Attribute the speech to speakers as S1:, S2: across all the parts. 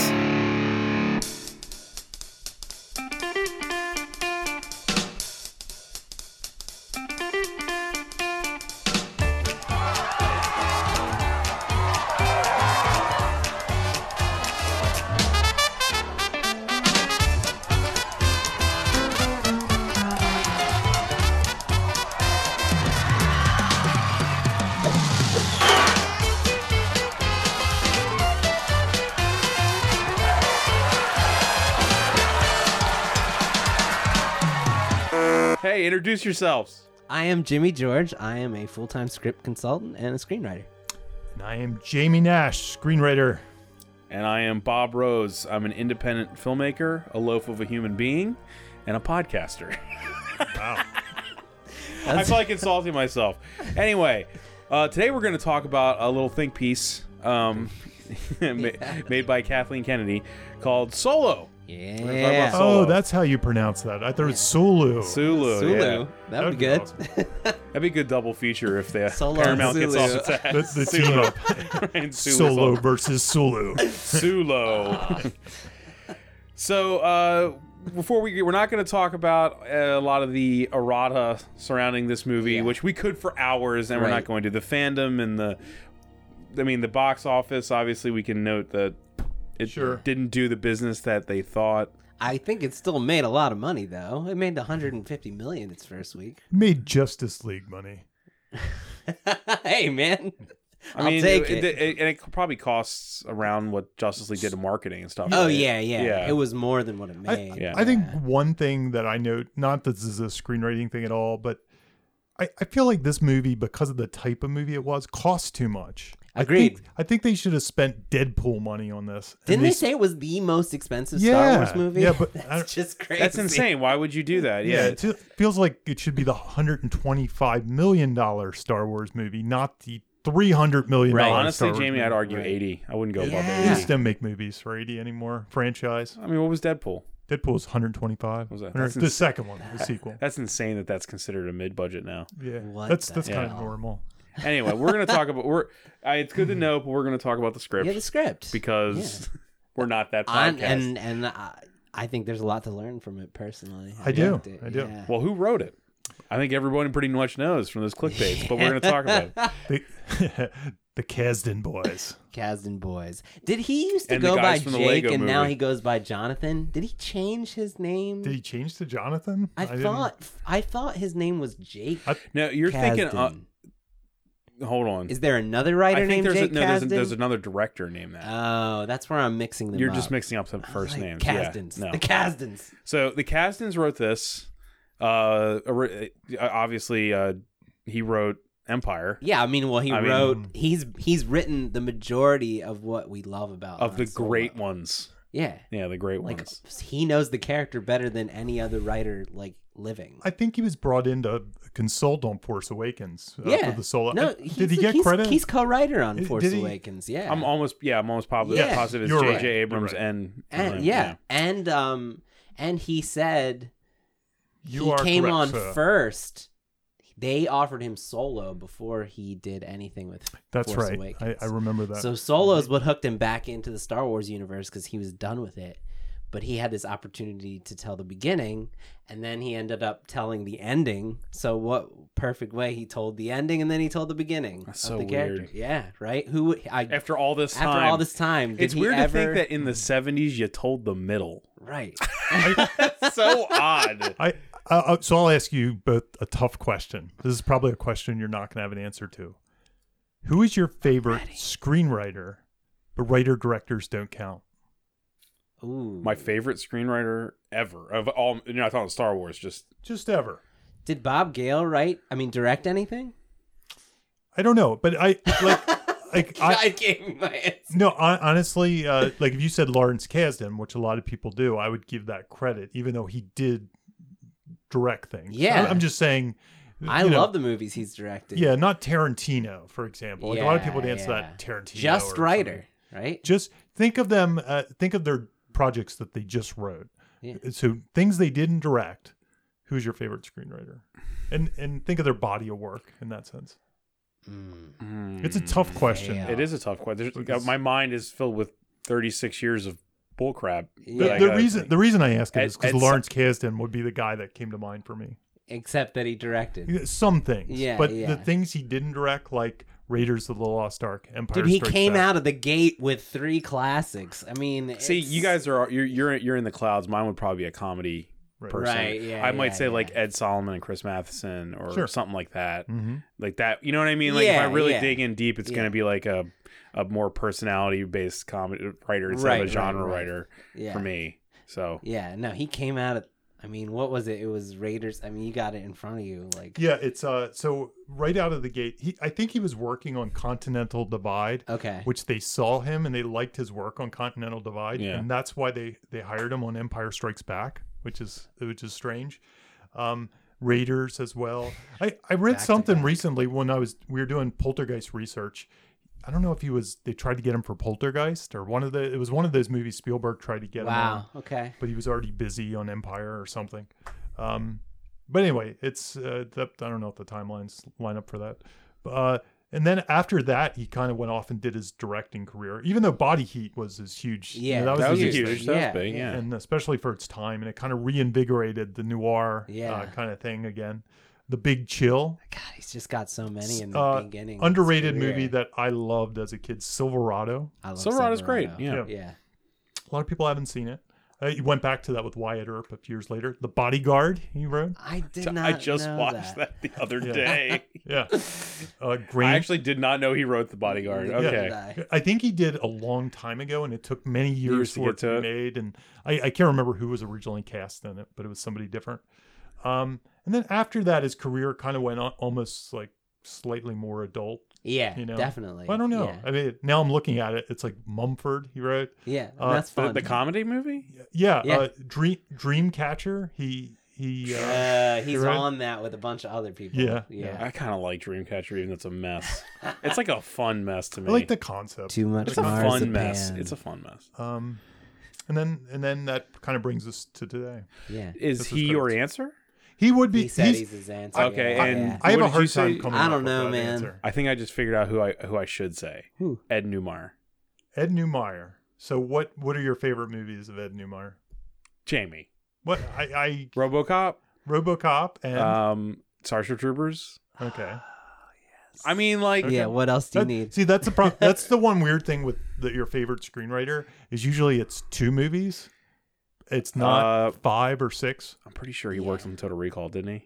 S1: Thundergrunt.
S2: Hey, introduce yourselves.
S3: I am Jimmy George. I am a full time script consultant and a screenwriter.
S4: And I am Jamie Nash, screenwriter.
S2: And I am Bob Rose. I'm an independent filmmaker, a loaf of a human being, and a podcaster. I feel like insulting myself. Anyway, uh, today we're going to talk about a little think piece um, ma- made by Kathleen Kennedy called Solo.
S3: Yeah.
S2: Solo.
S4: Oh, that's how you pronounce that. I thought it's Sulu.
S2: Sulu.
S3: Sulu.
S2: yeah.
S3: That would be
S4: That'd
S3: good.
S4: be
S2: That'd be a good double feature if the
S3: Solo and
S2: Paramount gets
S3: Zulu.
S2: off its ass.
S4: the, the team up
S2: And Zulu's
S4: Solo
S2: on-
S4: versus Sulu.
S2: Sulo. so uh, before we we're not going to talk about uh, a lot of the errata surrounding this movie, which we could for hours, and we're not
S3: Right.
S2: going to. The fandom and the, I mean, the box office. Obviously, we can note that it
S4: Sure.
S2: didn't do the business that they thought.
S3: I think it still made a lot of money though. It made 150 million its first week.
S4: Made Justice League money.
S3: hey man.
S2: I
S3: I'll
S2: mean,
S3: take it.
S2: and it probably costs around what Justice League did in marketing and stuff.
S3: Oh
S2: right?
S3: yeah, yeah,
S2: Yeah.
S3: It was more than what it
S4: I,
S3: made.
S2: Yeah.
S4: I think one thing that I note, not that this is a screenwriting thing at all, but I, I feel like this movie, because of the type of movie it was, cost too much. I
S3: Agreed.
S4: think, I think they should have spent Deadpool money on this. And
S3: Didn't they
S4: s-
S3: say it was the most expensive
S4: Yeah.
S3: Star Wars movie?
S4: Yeah, but I don't-
S3: that's just crazy.
S2: That's insane. Why would you do that?
S4: Yeah, it ju- feels like it should be the 125 million dollar Star Wars movie, not the 300 million
S3: Right.
S4: dollar. Star
S2: Honestly,
S4: Wars
S2: Jamie,
S4: movie.
S2: I'd argue 80. I wouldn't go above
S3: Yeah.
S4: They
S2: 80.
S4: just don't make movies for 80 anymore. Franchise.
S2: I mean, what was Deadpool?
S4: Deadpool's 125.
S2: Was that-
S4: Or
S2: that's
S4: the
S2: ins-
S4: second one, the sequel.
S2: That's insane that that's considered a mid budget now.
S4: Yeah,
S3: What
S4: that's
S3: the
S4: that's kind of
S3: hell?
S4: normal.
S2: Anyway, we're gonna talk about we're. I, it's good to know, but we're gonna talk about the script
S3: Yeah, the script.
S2: because we're not that
S3: On,
S2: podcast.
S3: and and I, I think there's a lot to learn from it personally.
S4: I do.
S3: liked it,
S4: I do.
S3: yeah.
S2: well, who wrote it? I think everybody pretty much knows from those clickbaits, but we're gonna talk about it.
S4: The, the Kasdan boys.
S3: Kasdan boys. Did he used to
S2: And the
S3: go by
S2: guys from the
S3: Jake
S2: Lego
S3: and now
S2: movie.
S3: he goes by Jonathan? Did he change his name?
S4: Did he change to Jonathan?
S3: I,
S4: didn't-
S3: thought I thought his name was Jake.
S4: I-
S2: No, you're thinking. Uh,
S3: Kasdan.
S2: hold on.
S3: Is there another writer
S2: I think
S3: named
S2: there's
S3: Jake
S2: a, no, there's, a,
S3: Kasdan?
S2: there's another director named that.
S3: Oh, that's where I'm mixing them
S2: you're
S3: up.
S2: just mixing up some
S3: I was
S2: first
S3: like,
S2: names. Yeah,
S3: Kasdans.
S2: no.
S3: The Kasdans.
S2: So the Kasdans wrote this. Uh, ori- uh, obviously, uh, he wrote Empire
S3: Yeah, I mean, well, he
S2: I mean-
S3: wrote. he's he's written the majority of what we love about
S2: of the
S3: Han Solo.
S2: great ones.
S3: Yeah,
S2: Yeah, the great
S3: like
S2: ones.
S3: he knows the character better than any other writer like living.
S4: I think he was brought in to consult on Force Awakens uh,
S3: yeah,
S4: for the solo.
S3: No,
S4: uh,
S3: he's,
S4: did he
S3: the-
S4: get
S3: he's,
S4: credit?
S3: He's co-writer on
S4: Did-
S3: Force
S4: did he?
S3: Awalekens. Yeah,
S2: I'm almost yeah, I'm almost positive
S3: Yeah.
S2: positive it's
S4: You're
S2: JJ
S4: right.
S2: Abrams
S4: You're right.
S2: and,
S3: and,
S2: and-
S3: yeah, and um, and he said
S4: you
S3: he
S4: are
S3: came
S4: correct,
S3: on
S4: sir.
S3: first. They offered him solo before he did anything with
S4: That's
S3: Force
S4: right. I,
S3: Awakens.
S4: I remember that.
S3: So Solo is what hooked him back into the Star Wars universe because he was done with it. But he had this opportunity to tell the beginning, and then he ended up telling the ending. So what perfect way he told the ending, and then he told the beginning
S2: That's
S3: of
S2: so
S3: the character.
S2: weird.
S3: Yeah, right. Who would- I after,
S2: After all this time,
S3: all this time? Did
S2: it's
S3: he
S2: weird
S3: ever,
S2: to think that in the '70s you told the middle.
S3: Right.
S2: That's so odd.
S4: I, I uh, so I'll ask you both a tough question. This is probably a question you're not going to have an answer to. Who is your favorite screenwriter? But writer directors don't count.
S3: Ooh.
S2: My favorite screenwriter ever of all. You're not talking Star Wars, just
S4: Just ever.
S3: Did Bob Gale write? I mean, direct anything?
S4: I don't know, but I like like I,
S3: gave him my answer.
S4: no, I, honestly, uh, like if you said Lawrence Kasdan, which a lot of people do, I would give that credit, even though he did direct things.
S3: Yeah.
S4: I, am just saying.
S3: I
S4: you know,
S3: love the movies he's directed.
S4: Yeah, not Tarantino, for example. Like a lot of
S3: Yeah,
S4: people dance to
S3: yeah.
S4: that Tarantino. or
S3: Just
S4: something.
S3: writer, right?
S4: just think of them uh, think of their projects that they just wrote Uh,
S3: Yeah.
S4: so things they didn't direct who's your favorite screenwriter and and think of their body of work in that sense
S3: Mm.
S4: it's a tough question
S3: Yeah.
S2: It is a tough question. There's-
S4: Because-
S2: my mind is filled with 36 years of bullcrap.
S4: The,
S2: I
S4: the
S2: gotta
S4: reason
S2: think.
S4: the reason I ask it
S2: At-
S4: is because
S2: at
S4: Lawrence Kasdan would be the guy that came to mind for me.
S3: except that he directed.
S4: Some things,
S3: Yeah,
S4: but
S3: yeah.
S4: the things he didn't direct, like Raiders of the Lost Ark, Empire.
S3: Dude, he
S4: Strikes
S3: came
S4: Back.
S3: out of the gate with three classics. I mean,
S2: See, you
S3: it's-
S2: guys are you're you're you're in the clouds. Mine would probably be a comedy
S4: Right.
S2: person.
S3: Right, yeah,
S2: I might
S3: yeah,
S2: say like
S3: yeah.
S2: Ed Solomon and Chris Matheson or
S4: Sure.
S2: something like that.
S4: hmm
S2: Like that, you know what I mean? Like
S3: Yeah,
S2: if I really
S3: yeah.
S2: dig in deep, it's
S3: Yeah.
S2: going to be like a a more personality based comedy uh, writer instead
S3: Right,
S2: of
S3: right,
S2: a genre
S3: right.
S2: writer
S3: yeah.
S2: for me. So
S3: Yeah, no, he came out of. I mean, what was it? It was Raiders. I mean, you got it in front of you, like
S4: Yeah, it's uh so right out of the gate, he I think he was working on Continental Divide,
S3: okay,
S4: which they saw him and they liked his work on Continental Divide,
S2: Yeah.
S4: and that's why they they hired him on Empire Strikes Back, which is which is strange. Um, Raiders as well. I I read
S3: Back to
S4: something
S3: back.
S4: recently when I was we were doing Poltergeist research. I don't know if he was they tried to get him for Poltergeist or one of the it was one of those movies Spielberg tried to get him. on
S3: wow, okay,
S4: but he was already busy on Empire or something. Um, but anyway, it's uh, that, I don't know if the timelines line up for that. Uh, and then after that, he kind of went off and did his directing career, even though Body Heat was his huge. you know,
S3: Yeah,
S4: that was,
S2: that was
S4: his
S2: a
S3: huge
S2: huge,
S3: thing.
S2: that
S3: Yeah,
S2: was big,
S3: yeah.
S2: yeah.
S4: and especially for its time, and it kind of reinvigorated the noir
S3: Yeah.
S4: uh, kind of thing again. The Big Chill,
S3: God, he's just got so many in the
S4: uh,
S3: beginning. of his
S4: underrated
S3: career.
S4: movie that I loved as a kid, Silverado.
S3: I love
S2: Silverado's great.
S3: Silverado.
S2: Yeah.
S4: Yeah.
S3: yeah,
S4: A lot of people haven't seen it. Uh, he went back to that with Wyatt Earp a few years later. The Bodyguard, he wrote.
S3: I did not.
S2: I just
S3: know
S2: watched that. the other
S4: Yeah.
S2: day.
S4: Yeah. Uh,
S2: I
S4: Grange.
S2: actually did not know he wrote The Bodyguard.
S3: Neither
S2: Okay.
S3: did I.
S4: I think he did a long time ago, and it took many
S2: Years
S4: years,
S2: to
S4: for
S2: get
S4: it to
S2: to
S4: be made. And I, I can't remember who was originally cast in it, but it was somebody different. Um, and then after that, his career kind of went on, almost like slightly more adult.
S3: Yeah,
S4: You know,
S3: definitely.
S4: I don't know.
S3: Yeah,
S4: I mean, now I'm looking at it, it's like Mumford. He wrote,
S3: Yeah, and
S4: Uh,
S3: that's
S2: The-
S3: fun.
S2: The, comedy movie?
S4: yeah,
S3: Yeah.
S4: Uh, Dream Dreamcatcher. He he. Uh,
S3: uh, he's
S4: You're right.
S3: on that with a bunch of other people.
S4: Yeah.
S3: yeah.
S2: I kind of like Dreamcatcher, even though it's a mess. it's like a fun mess to me.
S4: I like the concept.
S3: Too much
S2: it's a
S3: Mars
S2: fun
S3: Japan.
S2: mess. It's a fun mess.
S4: Um, and then and then that kind of brings us to today.
S3: yeah.
S2: Is
S4: This
S2: he
S4: is
S2: your
S4: correct.
S2: answer?
S4: He would be.
S3: He said
S4: he's-
S3: he's, his answer.
S2: Okay,
S3: yeah,
S2: and
S3: yeah.
S4: I have
S2: What
S4: a
S2: did
S4: hard
S2: you
S4: time
S2: say?
S4: coming.
S3: I
S4: up
S3: don't
S4: with
S3: know,
S4: that
S3: man.
S4: answer.
S2: I think I just figured out who I who I should say.
S3: Who?
S2: Ed Newmar.
S4: Ed Newmeyer. So what? What are your favorite movies of Ed Newmeyer?
S2: Jamie.
S4: What I, I
S2: RoboCop.
S4: RoboCop and
S2: Um Starship Troopers.
S4: okay.
S2: I mean like
S3: yeah. What else do you
S4: That-
S3: need?
S4: See, that's the problem. that's the one weird thing with the, your favorite screenwriter is usually it's two movies. It's not
S2: Uh,
S4: five or six.
S2: I'm pretty sure he worked on Total Recall, didn't he?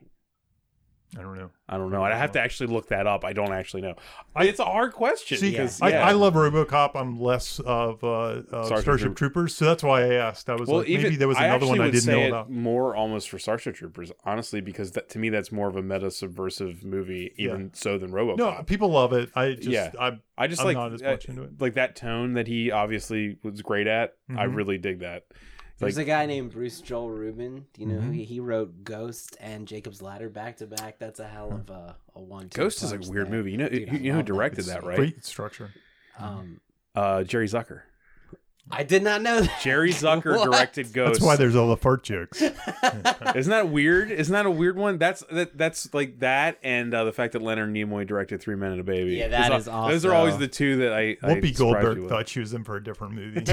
S4: I don't know.
S2: I don't know. I'd have to actually look that up. I don't actually know.
S4: I-
S2: it's a hard question.
S4: See,
S2: 'cause,
S4: I,
S2: yeah.
S4: I love RoboCop. I'm less of uh, uh,
S2: Starship
S4: Starship
S2: Troop-
S4: Troopers, so that's why I asked. I was
S2: well,
S4: like,
S2: even,
S4: maybe there was
S2: I
S4: another one
S2: actually
S4: I
S2: would
S4: didn't
S2: say
S4: know
S2: it
S4: about.
S2: More almost for Starship Troopers, honestly, because that, to me that's more of a meta subversive movie, even
S4: Yeah.
S2: so than RoboCop.
S4: No, people love it. I just,
S2: Yeah.
S4: I,
S2: I just
S4: I'm
S2: like
S4: not as
S2: uh,
S4: much into it.
S2: like that tone that he obviously was great at. I
S4: Mhm.
S2: really dig that.
S3: There's a guy named Bruce Joel Rubin. Do you
S2: Mm-hmm.
S3: know who he, he wrote Ghost and Jacob's Ladder back to back? That's a hell of a, a one.
S2: Ghost is a weird movie. You know,
S3: Dude, I
S2: you, you know who
S3: love that
S2: directed
S3: movie.
S2: that, right?
S4: great structure.
S3: Um,
S2: Uh, Jerry Zucker.
S3: I did not know that.
S2: Jerry Zucker
S3: What?
S2: directed Ghost.
S4: That's why there's all the fart jokes.
S2: Isn't that weird? Isn't that a weird one? That's that, that's like that, and uh, the fact that Leonard Nimoy directed Three Men and a Baby.
S3: Yeah, that
S2: Those are-
S3: is also-
S2: Those are always the two that I. I
S4: Whoopi
S2: subscribe to
S4: Goldberg
S2: with.
S4: thought she was in for a different movie.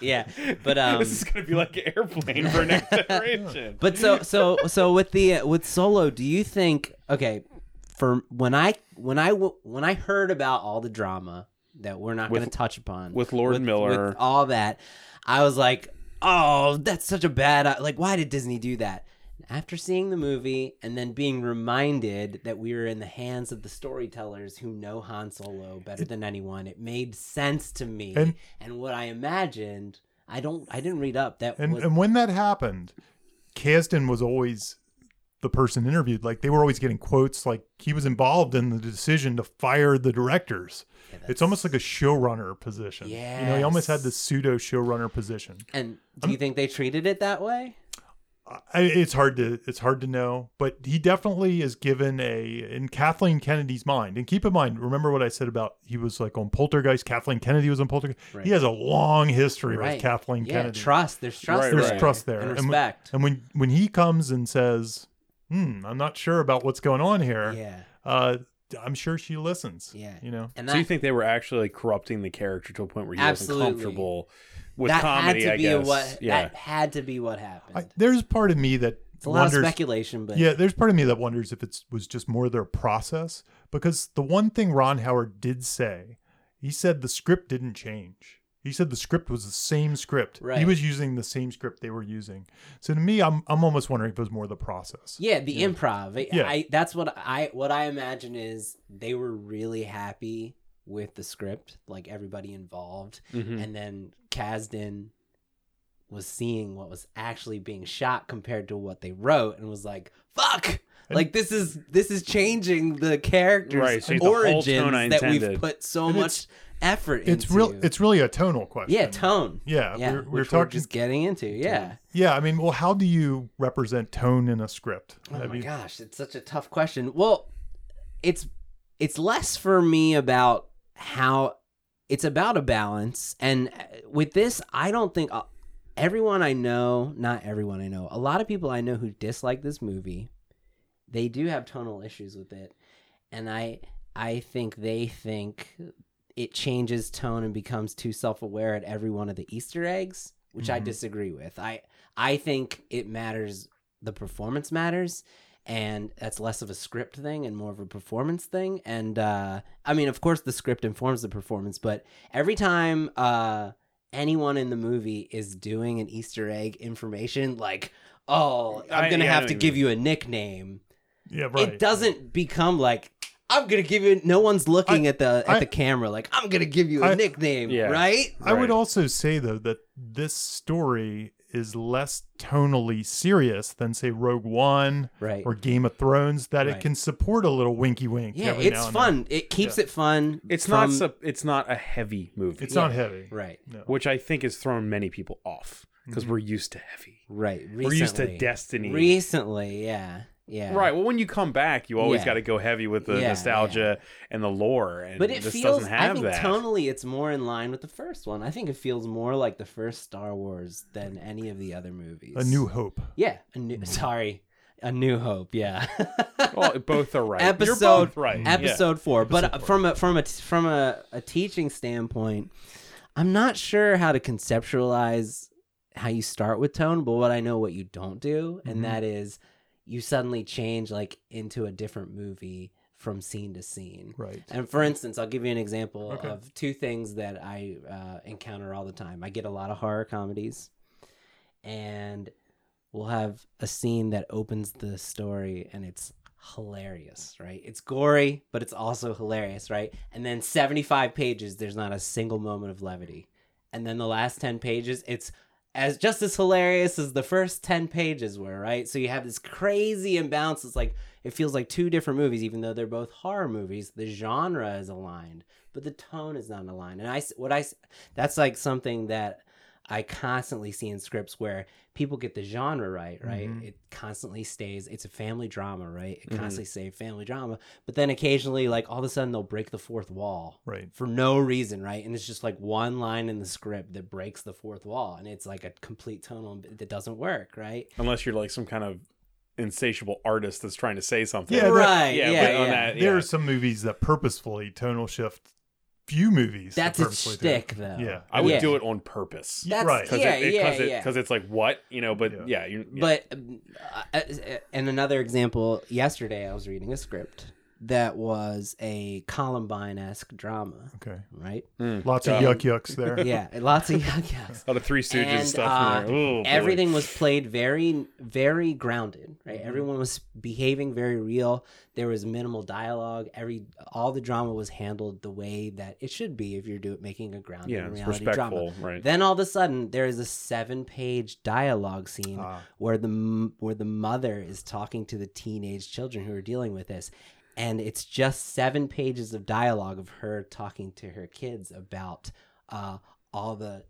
S3: yeah, but um,
S2: this is gonna be like an airplane for next generation.
S3: but so so so with the with solo, do you think okay? For when I when I w- when I heard about all the drama that we're not going to
S2: With-
S3: touch upon
S2: with Lord Miller.
S3: with all that, I was like, oh, that's such a bad like. Why did Disney do that? After seeing the movie and then being reminded that we were in the hands of the storytellers who know Han Solo better than anyone, it made sense to me. And,
S4: And-
S3: what I imagined, I don't, I didn't read up. That
S4: and
S3: was
S4: and when that happened, Kasdan was always the person interviewed. Like they were always getting quotes. Like he was involved in the decision to fire the directors. it's almost like a showrunner position. you know, he almost had
S3: Yes.
S4: the pseudo showrunner position.
S3: And do you think they treated it that way?
S4: I, it's hard to it's hard to know, but he definitely is given a in Kathleen Kennedy's mind. And keep in mind, remember what I said about he was like on Poltergeist. Kathleen Kennedy was on Poltergeist.
S3: Right.
S4: He has a long history with Kathleen
S3: yeah,
S4: Kennedy.
S3: Trust. There's trust.
S2: Right,
S3: there.
S4: There's
S2: right.
S4: trust there
S3: And
S4: when-
S3: respect.
S4: And when, when he comes and says, "Hmm, I'm not sure about what's going on here,"
S3: yeah.
S4: uh, I'm sure she listens.
S3: Yeah.
S4: You know.
S3: And
S2: So you think they were actually like, corrupting the character to a point where he
S3: Absolutely.
S2: wasn't comfortable with
S3: that
S2: comedy?
S3: had to
S2: I
S3: be
S2: guess.
S3: what
S2: yeah.
S3: that had to be what happened.
S4: I, there's part of me that
S3: it's a lot of
S4: wonders.
S3: speculation, but
S4: Yeah, there's part of me that wonders if it was just more their process because the one thing Ron Howard did say, he said the script didn't change. He said the script was the same script. He
S3: Right.
S4: was using the same script they were using. So to me, I'm I'm almost wondering if it was more the process.
S3: Yeah, the improv. I,
S4: Yeah.
S3: I that's what I what I imagine is they were really happy with the script, like everybody involved,
S2: Mhm.
S3: and then Kasdan was seeing what was actually being shot compared to what they wrote and was like, "Fuck."
S4: And-
S3: Like this is this is changing the characters'
S2: Right, so the whole
S3: origins
S2: tone I
S3: that we've
S2: intended.
S3: put so
S4: And
S3: much
S4: it's-
S3: effort into.
S4: It's real it's really a tonal question.
S3: yeah tone.
S4: Yeah, we're, we're
S3: which
S4: talking
S3: just getting into yeah.
S4: Yeah, I mean, well, how do you represent tone in a script?
S3: Oh my
S4: I mean,
S3: gosh, it's such a tough question. Well, it's it's less for me about how it's about a balance, and uh, with this, I don't think uh, everyone I know, not everyone I know, a lot of people I know who dislike this movie, they do have tonal issues with it, and I I think they think it changes tone and becomes too self-aware at every one of the Easter eggs, which I
S4: Mhm.
S3: disagree with. I I think it matters the performance matters and that's less of a script thing and more of a performance thing and uh i mean of course the script informs the performance but every time uh anyone in the movie is doing an easter egg information like oh i'm
S2: I-
S3: gonna
S2: yeah, I
S3: have
S2: know
S3: to
S2: what you
S3: give you a nickname
S4: Yeah, right.
S3: it doesn't become like I'm gonna give you. No one's looking at the at
S4: I-
S3: the camera. Like I'm gonna give you a
S4: I-
S3: nickname,
S2: Yeah.
S3: right?
S4: I
S2: Right.
S4: would also say though that this story is less tonally serious than say Rogue One
S3: Right.
S4: or Game of Thrones. That
S3: Right.
S4: it can support a little winky wink.
S3: yeah,
S4: every now
S3: it's
S4: and
S3: fun. It keeps it fun.
S2: It's
S3: from-
S2: not. sup- it's not a heavy movie,
S4: Then. It's not heavy.
S3: right.
S4: No.
S2: which I think has thrown many people off because
S4: Mhm.
S2: we're used to heavy.
S3: Right. Recently.
S2: We're used to Destiny.
S3: Recently, yeah, yeah.
S2: Right. Well, when you come back, you always
S3: Yeah.
S2: got to go heavy with the
S3: Yeah,
S2: nostalgia and the lore, and
S3: But it
S2: this
S3: feels.
S2: doesn't have
S3: I think
S2: that.
S3: tonally, it's more in line with the first one. I think it feels more like the first Star Wars than any of the other movies.
S4: A New Hope.
S3: Yeah. A new. Sorry. A New Hope. Yeah.
S2: Well, both are right.
S3: Episode-
S2: You're both right. Yeah.
S3: episode four. But uh, from a from a from a, a teaching standpoint, I'm not sure how to conceptualize how you start with tone, but what I know what you don't do, and
S2: Mm-hmm.
S4: Mhm.
S3: that is you suddenly change like into a different movie from scene to scene.
S4: Right.
S3: And for instance, I'll give you an example
S4: Okay.
S3: of two things that I uh, encounter all the time. I get a lot of horror comedies, and we'll have a scene that opens the story, and it's hilarious, right? It's gory, but it's also hilarious, right? And then 75 pages, there's not a single moment of levity. And then the last 10 pages, it's as just as hilarious as the first 10 pages were, right? So you have this crazy imbalance. It's like, it feels like two different movies, even though they're both horror movies. The genre is aligned, but the tone is not aligned. And I, s- what I, s- that's like something that I constantly see in scripts where people get the genre right, right?
S4: Mhm.
S3: It constantly stays, it's a family drama, right? It
S2: Mhm.
S3: constantly stays family drama, but then occasionally, like all of a sudden, they'll break the fourth wall
S4: Right.
S3: for no reason, right? And it's just like one line in the script that breaks the fourth wall, and it's like a complete tonal that doesn't work, right?
S2: Unless you're like some kind of insatiable artist that's trying to say something.
S4: Yeah, that-
S3: right.
S2: yeah,
S3: Yeah,
S2: but on
S3: yeah.
S2: that-
S4: There
S2: yeah.
S4: are some movies that purposefully tonal shift. Few movies. that
S3: That's its
S4: purposefully do it.
S3: shtick, though.
S4: Yeah.
S2: I would
S3: Yeah.
S2: do it on purpose.
S3: That's,
S4: Right.
S2: 'Cause
S3: Yeah,
S2: it, it-
S3: yeah,
S2: 'cause it-
S3: yeah.
S2: 'cause it's like what you know, but yeah,
S4: Yeah.
S2: you yeah.
S3: But um, uh, uh, and another example, yesterday I was reading a script that was a Columbine esque drama,
S4: Okay.
S3: right?
S2: Mm.
S4: Lots of
S2: Um,
S4: yuck yucks there.
S3: yeah, lots of yuck yucks.
S2: lot of Three Stooges
S3: And, uh,
S2: stuff. in there. Ooh, boy.
S3: everything was played very very grounded right
S2: Mm-hmm.
S3: everyone was behaving very real there was minimal dialogue every all the drama was handled the way that it should be if you're doing making a grounded
S2: Yeah, it's
S3: reality
S2: respectful,
S3: drama
S2: right?
S3: then all of a sudden there is a seven page dialogue scene
S4: Ah.
S3: where the m- where the mother is talking to the teenage children who are dealing with this and it's just seven pages of dialogue of her talking to her kids about uh, all the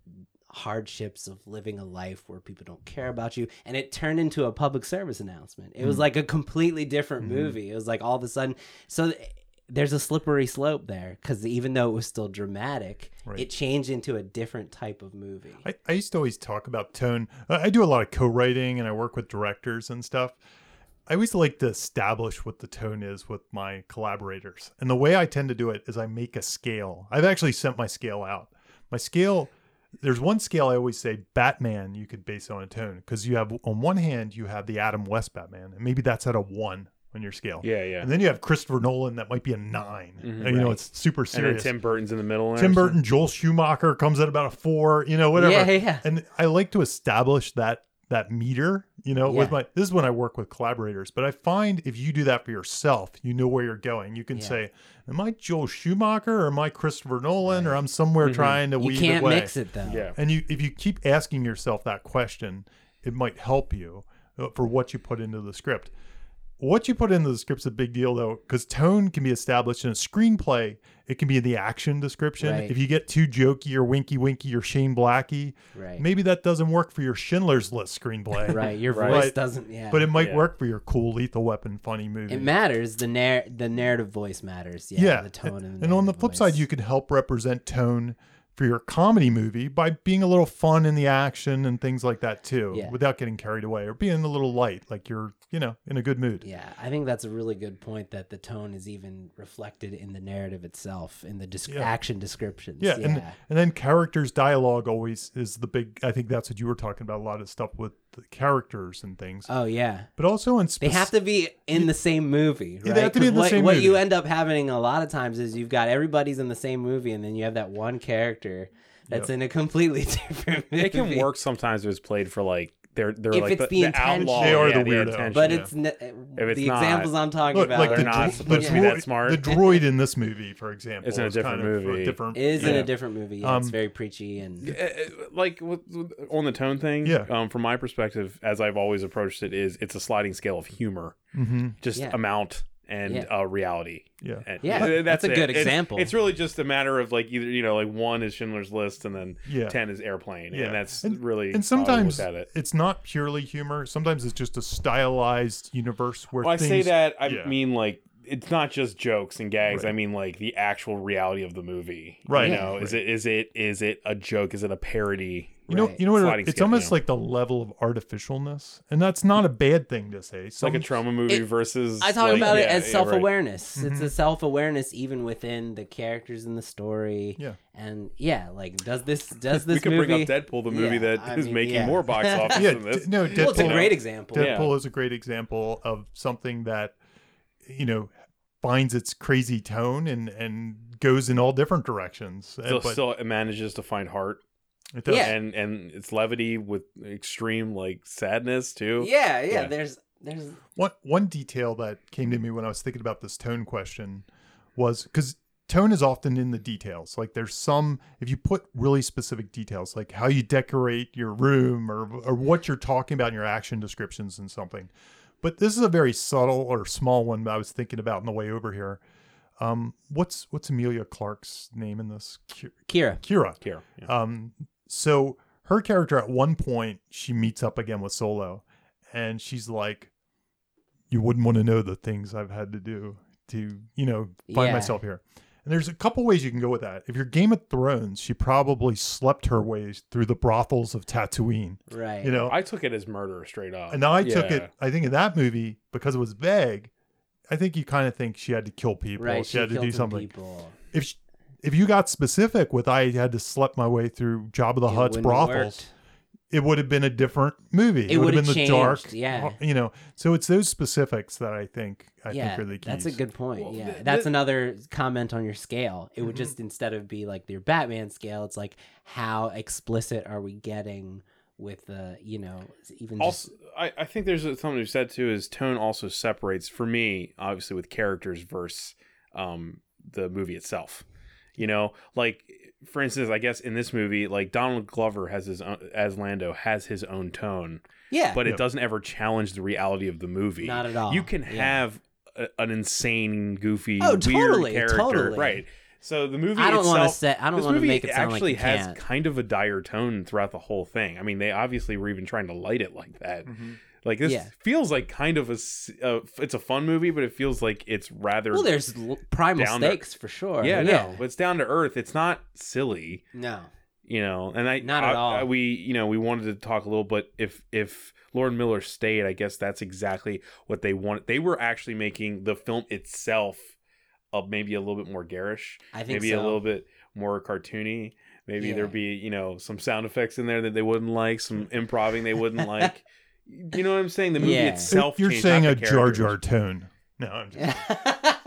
S3: hardships of living a life where people don't care about you and it turned into a public service announcement it was
S4: Mm.
S3: like a completely different
S4: Mm-hmm.
S3: movie it was like all of a sudden so th- there's a slippery slope there because even though it was still dramatic
S4: Right.
S3: it changed into a different type of movie
S4: I, I used to always talk about tone. I I do a lot of co-writing and I work with directors and stuff. I always like to establish what the tone is with my collaborators. And the way I tend to do it is I make a scale. I've actually sent my scale out. My scale, there's one scale I always say Batman you could base on a tone because you have, on one hand, you have the Adam West Batman, and maybe that's at a one on your scale.
S2: Yeah, yeah.
S4: And then you have Christopher Nolan that might be a 9
S2: Mhm.
S4: And, you know, it's super
S2: And then
S4: serious.
S2: Tim Burton's in the middle.
S4: Tim Burton, Joel Schumacher comes at about a four, you know, whatever.
S3: Yeah, yeah.
S4: And I like to establish that that meter, you know, with
S3: Yeah.
S4: my this is when I work with collaborators. But I find if you do that for yourself, you know where you're going. You can
S3: Yeah.
S4: say, Am I Joel Schumacher or am I Christopher Nolan? Or I'm somewhere trying to
S3: Mm-hmm. You
S4: weave
S3: can't
S4: it way.
S3: mix it though.
S2: Yeah.
S4: And you if you keep asking yourself that question, it might help you uh, for what you put into the script. What you put into the script's a big deal though, because tone can be established in a screenplay. It can be in the action description.
S3: Right.
S4: If you get too jokey or winky winky or Shane Blacky,
S3: Right.
S4: maybe that doesn't work for your Schindler's List screenplay.
S3: Right. Your
S2: Right.
S3: voice
S4: But-
S3: doesn't. Yeah.
S4: But it might
S2: Yeah.
S4: work for your cool lethal weapon funny movie.
S3: it matters. The narr the narrative voice matters. Yeah. The tone and, the
S4: on the
S3: narrative
S4: flip
S3: voice.
S4: side, you could help represent tone for your comedy movie by being a little fun in the action and things like that too,
S3: Yeah.
S4: without getting carried away or being a little light, like you're, you know, in a good mood.
S3: Yeah, I think that's a really good point that the tone is even reflected in the narrative itself, in the disc-
S4: Yeah.
S3: action descriptions.
S4: Yeah,
S3: Yeah,
S4: and and then characters dialogue always is the big. I think that's what you were talking about. A lot of stuff with the characters and things,
S3: oh yeah,
S4: but also in
S3: they have to be in the same movie. Right?
S4: Yeah, they have to be
S3: 'Cause
S4: in the
S3: what,
S4: same
S3: what you
S4: movie.
S3: end up having a lot of times is you've got everybody's in the same movie, and then you have that one character that's in a completely different movie.
S2: It can work sometimes if it's played for like they're they're
S3: If
S2: like
S3: it's
S2: the,
S3: the
S2: the
S3: intention.
S2: outlaw.
S4: They are
S2: yeah,
S4: the weirdo.
S2: intention,
S3: but
S2: yeah.
S3: it's, ne-
S2: it's
S3: the
S2: not-
S3: examples I'm talking
S4: Look,
S3: about
S4: like
S3: are
S4: the,
S2: not
S4: dro-
S2: supposed
S4: the
S2: to be that
S4: droid-
S2: smart.
S4: The droid in this movie, for example,
S2: It's in a
S4: is
S2: different
S4: kind of
S2: movie.
S4: A different,
S3: is in
S4: yeah.
S3: a different movie. Yeah, it's
S4: Um,
S3: very preachy and
S2: Uh, uh, like with, with- on the tone thing.
S4: Yeah.
S2: Um, from my perspective, as I've always approached it, is it's a sliding scale of humor,
S4: Mhm.
S2: just
S3: Yeah.
S2: amount and
S3: Yeah.
S2: uh, reality.
S4: Yeah.
S2: And- eh,
S3: Yeah, that's a
S2: it.
S3: good
S2: It's-
S3: example.
S2: It's, really just a matter of like either you know like one is Schindler's List and then
S4: Yeah.
S2: ten is Airplane,
S4: Yeah.
S2: and that's
S4: And-
S2: really
S4: And
S2: how I look
S4: sometimes
S2: at it.
S4: it's not purely humor. Sometimes it's just a stylized universe where
S2: Well, I
S4: things,
S2: say that I
S4: yeah.
S2: mean like it's not just jokes and gags.
S4: Right.
S2: I mean like the actual reality of the movie.
S4: Right.
S2: You know, is it is it is it a joke? Is it a parody?
S4: You know,
S3: Right.
S4: you know what?
S2: Sliding
S4: It's
S2: scale,
S4: almost
S2: yeah.
S4: like the level of artificialness, and that's not a bad thing to say.
S2: It's like a
S4: Some-
S2: trauma movie
S3: Um, It-
S2: versus.
S3: I talk
S2: like-
S3: about it
S2: yeah,
S3: as
S2: yeah, right.
S3: self awareness.
S4: Mm-hmm.
S3: It's a self awareness even within the characters in the story.
S4: Yeah.
S3: And yeah, like does this does this
S2: We could
S3: movie
S2: bring up Deadpool, the movie
S3: Yeah,
S2: that is
S3: I mean,
S2: making
S3: yeah.
S2: more box office
S4: Yeah,
S2: than this.
S4: d- no, Deadpool,
S3: Well, it's a
S2: you know,
S3: great example.
S2: Yeah.
S4: Deadpool is a great example of something that you know finds its crazy tone and and goes in all different directions. And-
S2: Still,
S4: but
S2: still it manages to find heart
S4: it does.
S3: Yeah.
S2: and and its levity with extreme like sadness too.
S3: Yeah, yeah,
S2: Yeah.
S3: There's there's
S4: One one detail that came to me when I was thinking about this tone question was because tone is often in the details. Like there's some if you put really specific details, like how you decorate your room or or what you're talking about in your action descriptions and something. But this is a very subtle or small one that I was thinking about on the way over here. Um, what's what's Amelia Clark's name in this? Ki-
S3: Kira.
S4: Kira.
S2: Here, yeah.
S4: Um, so her character at one point she meets up again with Solo, and she's like, "You wouldn't want to know the things I've had to do to, you know, find
S3: Yeah.
S4: myself here." And there's a couple ways you can go with that. If you're Game of Thrones, she probably slept her way through the brothels of Tatooine,
S3: Right.
S4: you know.
S2: I took it as murder straight up.
S4: and I took
S2: Yeah.
S4: it. I think in that movie because it was vague, I think you kind of think she had to kill people.
S3: right.
S4: she, had to
S3: killed
S4: do
S3: some
S4: something
S3: People.
S4: if sh if you got specific with I had to slip my way through Job of the
S3: It wouldn't
S4: Hutt's
S3: have
S4: brothels,
S3: worked.
S4: it would have been a different movie.
S3: It would
S4: been
S3: have
S4: the
S3: changed,
S4: dark, uh,
S3: yeah.
S4: you know. So it's those specifics that I think I
S3: yeah,
S4: think are the keys.
S3: that's a good point.
S2: Well, Mm-hmm.
S3: yeah,
S2: th-
S3: that's
S2: th-
S3: another comment on your scale. It would just instead of be like your Batman scale, it's like how explicit are we getting with the you know even just-
S2: also I, I think there's something you said too is tone also separates for me obviously with characters versus um the movie itself you know like for instance i guess in this movie like donald glover has his own as lando has his own tone
S3: yeah,
S2: but
S4: Yeah.
S2: it doesn't ever challenge the reality of the movie
S3: Not at all.
S2: you can
S3: Yeah.
S2: have a, an insane goofy
S3: Oh,
S2: weird
S3: totally,
S2: character
S3: totally.
S2: right so the movie
S3: I don't want to
S2: itself-
S3: say. I don't
S2: this
S3: want to
S2: movie
S3: make it sound
S2: actually
S3: like you
S2: has
S3: can't.
S2: kind of a dire tone throughout the whole thing. I mean, they obviously were even trying to light it like that. Like this
S3: Yeah.
S2: feels like kind of a s- uh, it's a fun movie, but it feels like it's rather
S3: Well, there's l- primal
S2: down to-
S3: stakes for sure.
S2: yeah, no, it's down to earth. It's not silly,
S3: no.
S2: you know and i
S3: Not at
S2: I-
S3: all.
S2: I- we you know we wanted to talk a little but if if lauren miller stayed i guess that's exactly what they wanted they were actually making the film itself uh, maybe a little bit more garish
S3: I think
S2: maybe
S3: so.
S2: a little bit more cartoony maybe
S3: Yeah. Mm.
S2: there'd be you know some sound effects in there that they wouldn't like some improving they wouldn't like you know what i'm saying the movie
S3: Yeah.
S2: itself
S4: You're
S2: changed,
S4: saying
S2: not
S4: a
S2: the
S4: Jar
S2: characters.
S4: Jar tone. No, I'm just,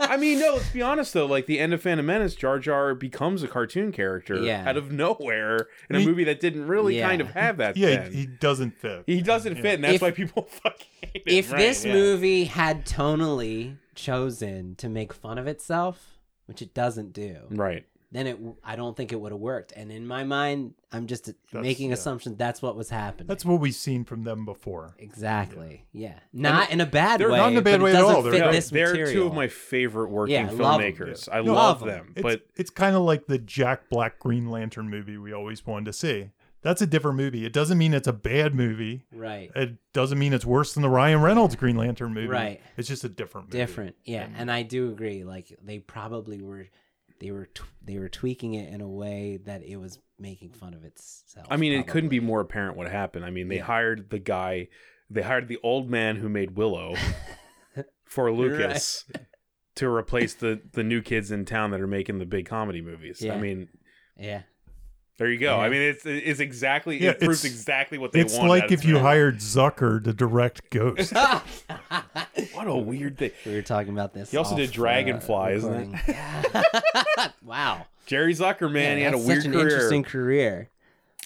S2: I mean, no, let's be honest though. Like the end of Phantom Menace, Jar Jar becomes a cartoon character
S3: Yeah.
S2: out of nowhere in a
S4: He-
S2: movie that didn't really
S3: Yeah.
S2: kind of have that.
S4: yeah,
S2: then.
S4: he, he doesn't fit.
S2: He doesn't
S4: Yeah.
S2: fit, and that's
S3: If-
S2: why people fucking hate him.
S3: if
S2: right,
S3: this
S2: yeah.
S3: movie had tonally chosen to make fun of itself, which it doesn't do,
S2: right?
S3: then it I don't think it would have worked. And in my mind, I'm just uh, making
S4: yeah.
S3: assumptions that's what was happening.
S4: That's what we've seen from them before.
S3: exactly. Yeah. Not in a bad
S2: they're
S3: way.
S4: not in a
S3: but
S4: bad
S3: it
S4: way at
S3: doesn't
S4: all. They're
S3: fit
S4: not-
S2: No,
S3: this
S2: they're two
S3: material.
S2: of my favorite working
S3: Yeah, love 'em.
S2: filmmakers.
S4: Yeah.
S2: I
S4: No,
S2: love
S3: love 'em.
S2: them,
S4: It's,
S2: but
S4: it's kind of like the Jack Black Green Lantern movie we always wanted to see. That's a different movie. It doesn't mean it's a bad movie.
S3: right.
S4: It doesn't mean it's worse than the Ryan Reynolds Green Lantern movie.
S3: Right.
S4: It's just a different movie.
S3: different yeah and i do agree like they probably were they were t- they were tweaking it in a way that it was making fun of itself
S2: I mean, it couldn't be
S3: probably.
S2: more apparent what happened. I mean, they
S3: Yeah.
S2: hired the guy, they hired the old man who made Willow for Lucas to replace the the new kids in town that are making the big comedy movies. I
S3: Yeah.
S2: mean,
S3: yeah
S2: there you go. I
S3: Yeah.
S2: mean, it's it's exactly
S4: Yeah,
S2: it proves
S4: it's-
S2: exactly what they
S4: It's
S2: want.
S4: like if you hired Zucker to direct Ghost.
S2: what a weird thing.
S3: we were talking about this
S2: He also did
S3: off, uh,
S2: Dragonfly, isn't it?
S3: recording. wow
S2: Jerry Zucker, man, he had a
S3: that's
S2: weird
S3: such an
S2: career.
S3: interesting career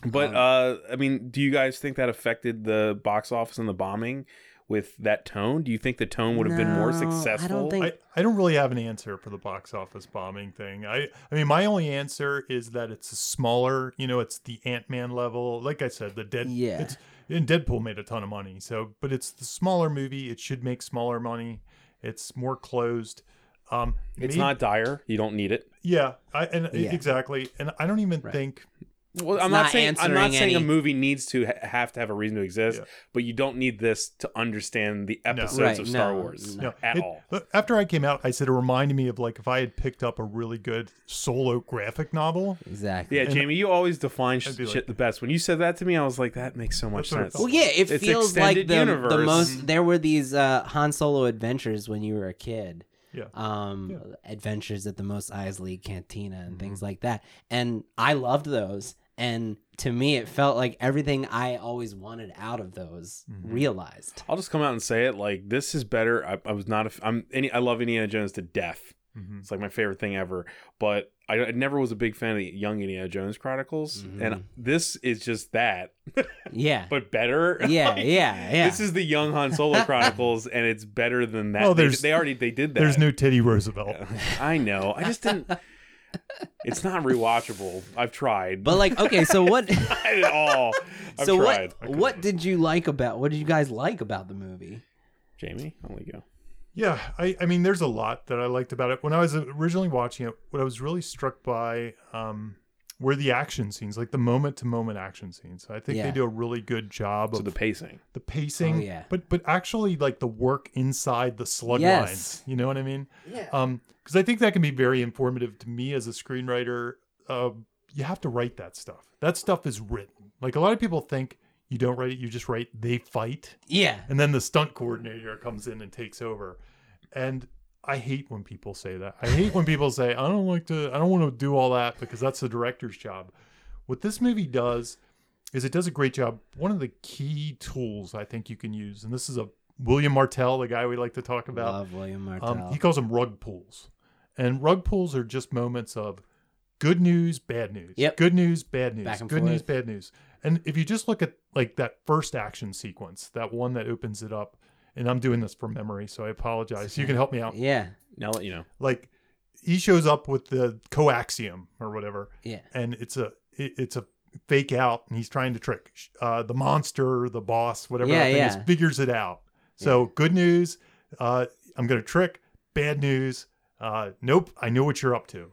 S2: But uh, I mean, do you guys think that affected the box office and the bombing with that tone? Do you think the tone would have been more
S3: No, I don't
S2: successful?
S3: think-
S4: I, I don't really have an answer for the box office bombing thing. I, I mean, my only answer is that it's a smaller, you know, it's the Ant Man level. Like I said, the Dead.
S3: Yeah.
S4: It's, and Deadpool made a ton of money. So, but it's the smaller movie. It should make smaller money. It's more closed. Um,
S2: It's
S4: may-
S2: not dire. You don't need it.
S4: Yeah. I, and
S3: Yeah.
S4: exactly. And I don't even
S3: Right.
S4: think
S2: Well,
S3: It's
S2: I'm not,
S3: not
S2: saying I'm not
S3: answering
S2: saying a
S3: any-
S2: movie needs to ha- have to have a reason to exist,
S4: Yeah.
S2: but you don't need this to understand the episodes
S3: Right,
S2: of Star
S3: no,
S2: Wars
S3: no.
S2: at
S4: it-
S2: all.
S4: look, After I came out, I said it reminded me of like if I had picked up a really good solo graphic novel.
S3: exactly
S2: Yeah, Jamie, you always define sh-
S4: I'd be like-
S2: shit the best. When you said that to me, I was like, that makes so much
S4: That's what I
S2: sense.
S4: thought.
S3: well yeah it
S2: It's
S3: feels like
S2: extended
S3: the, the
S2: universe.
S3: most there were these uh han solo adventures when you were a kid
S4: Yeah.
S3: um adventures at the Mos Eisley Cantina and things like that. And I loved those. And to me, it felt like everything I always wanted out of those realized.
S2: I'll just come out and say it. Like this is better. I, I was not. A, f- I'm any. I love Indiana Jones to death.
S4: Mhm.
S2: It's like my favorite thing ever. But I, I never was a big fan of the Young Indiana Jones Chronicles, and
S3: Mhm.
S2: this is just that,
S3: Yeah.
S2: but better.
S3: yeah,
S2: Like,
S3: yeah, yeah.
S2: This is the Young Han Solo Chronicles, and it's better than that.
S4: Well,
S2: they,
S4: there's-
S2: they already they did that.
S4: There's no Teddy Roosevelt.
S2: I know. I just didn't. It's not rewatchable. I've tried,
S3: but like, okay, so what?
S2: not at all. I've
S3: so
S2: tried.
S3: what? What did you like about? What did you guys like about the movie?
S2: Jamie, only go.
S4: Yeah, I, I mean, there's a lot that I liked about it. When I was originally watching it, what I was really struck by um, were the action scenes, like the moment to moment action scenes. I think they
S3: Yeah.
S4: do a really good job
S2: So
S4: of
S2: the
S4: the,
S2: pacing.
S4: pacing,
S3: Oh, yeah.
S4: but but actually like the work inside the slug
S3: Yes.
S4: lines. You know what I mean?
S3: Yeah.
S4: Um, because I think that can be very informative to me as a screenwriter. Uh, you have to write that stuff. That stuff is written. Like a lot of people think you don't write it; you just write they fight
S3: Yeah.
S4: and then the stunt coordinator comes in and takes over and i hate when people say that i hate when people say i don't like to i don't want to do all that because that's the director's job what this movie does is it does a great job one of the key tools i think you can use and this is a william martell the guy we like to talk about
S3: Love William Martell.
S4: um, he calls them rug pulls. And rug pulls are just moments of good news, bad news.
S3: Yep.
S4: Good news, bad news.
S3: Back and
S4: good news,
S3: forth.
S4: bad news. And if you just look at like that first action sequence, that one that opens it up, and I'm doing this from memory, so I apologize. You can help me out.
S3: yeah.
S2: Now let you know.
S4: Like he shows up with the coaxium or whatever,
S3: Yeah.
S4: and it's a it- it's a fake out, and he's trying to trick uh, the monster, the boss, whatever
S3: Yeah,
S4: that thing is,
S3: yeah.
S4: figures it out. So good news, uh, I'm gonna trick. Bad news, uh, nope, I know what you're up to.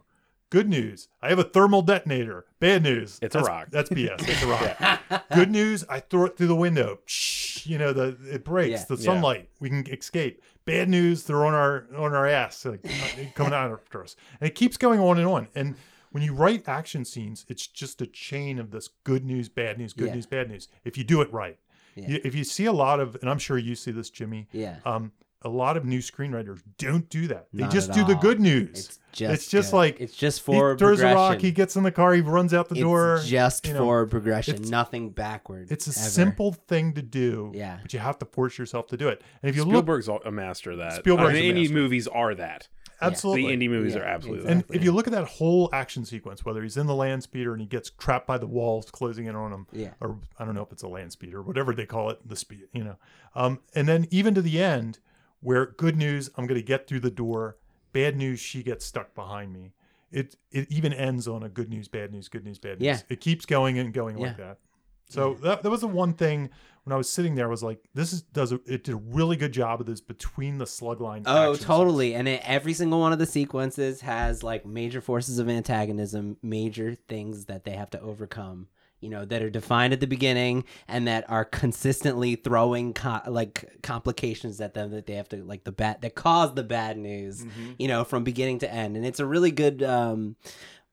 S4: Good news, I have a thermal detonator. Bad news,
S2: It's a
S4: that's-
S2: rock.
S4: That's BS. It's a rock. good news, I throw it through the window. Shh, you know the it breaks
S3: Yeah.
S4: the
S2: Yeah.
S4: sunlight. We can escape. Bad news, they're on our on our ass, like, uh, coming out after us. And it keeps going on and on. And when you write action scenes, it's just a chain of this good news, bad news, good
S3: Yeah.
S4: news, bad news. If you do it right,
S3: Yeah.
S4: You- if you see a lot of, and I'm sure you see this, Jimmy,
S3: Yeah.
S4: um, a lot of new screenwriters don't do that. They
S3: Not
S4: just
S3: at
S4: do the
S3: all.
S4: good news.
S3: It's just
S4: it's just
S3: good.
S4: like
S3: it's just
S4: he
S3: for
S4: throws a rock, he
S3: progression.
S4: gets in the car, he runs out the door.
S3: It's just
S4: you know,
S3: forward progression,
S4: it's-
S3: nothing backward.
S4: It's a
S3: ever.
S4: simple thing to do,
S3: Yeah.
S4: but you have to force yourself to do it. And if you look,
S2: Spielberg's a master of that.
S4: Spielberg's
S2: I mean,
S4: a
S2: indie
S4: master.
S2: movies are that.
S4: absolutely,
S2: The indie movies
S3: Yeah,
S2: are absolutely
S3: exactly.
S4: And
S2: that.
S4: if you look at that whole action sequence, whether he's in the land speeder and he gets trapped by the walls closing in on him,
S3: Yeah.
S4: or I don't know if it's a land speeder, whatever they call it, the speed, you know. Um, and then even to the end, where good news, I'm going to get through the door. Bad news, she gets stuck behind me. It it even ends on a good news, bad news, good news, bad news.
S3: Yeah.
S4: It keeps going and going like that. So that, that was the one thing when I was sitting there, I was like, this is does a, it did a really good job of this between the slug line.
S3: Oh,
S4: action scenes.
S3: totally. And it, every single one of the sequences has like major forces of antagonism, major things that they have to overcome, you know, that are defined at the beginning and that are consistently throwing co- like complications at them that they have to like the bad that cause the bad news, you know, from beginning to end. And it's a really good um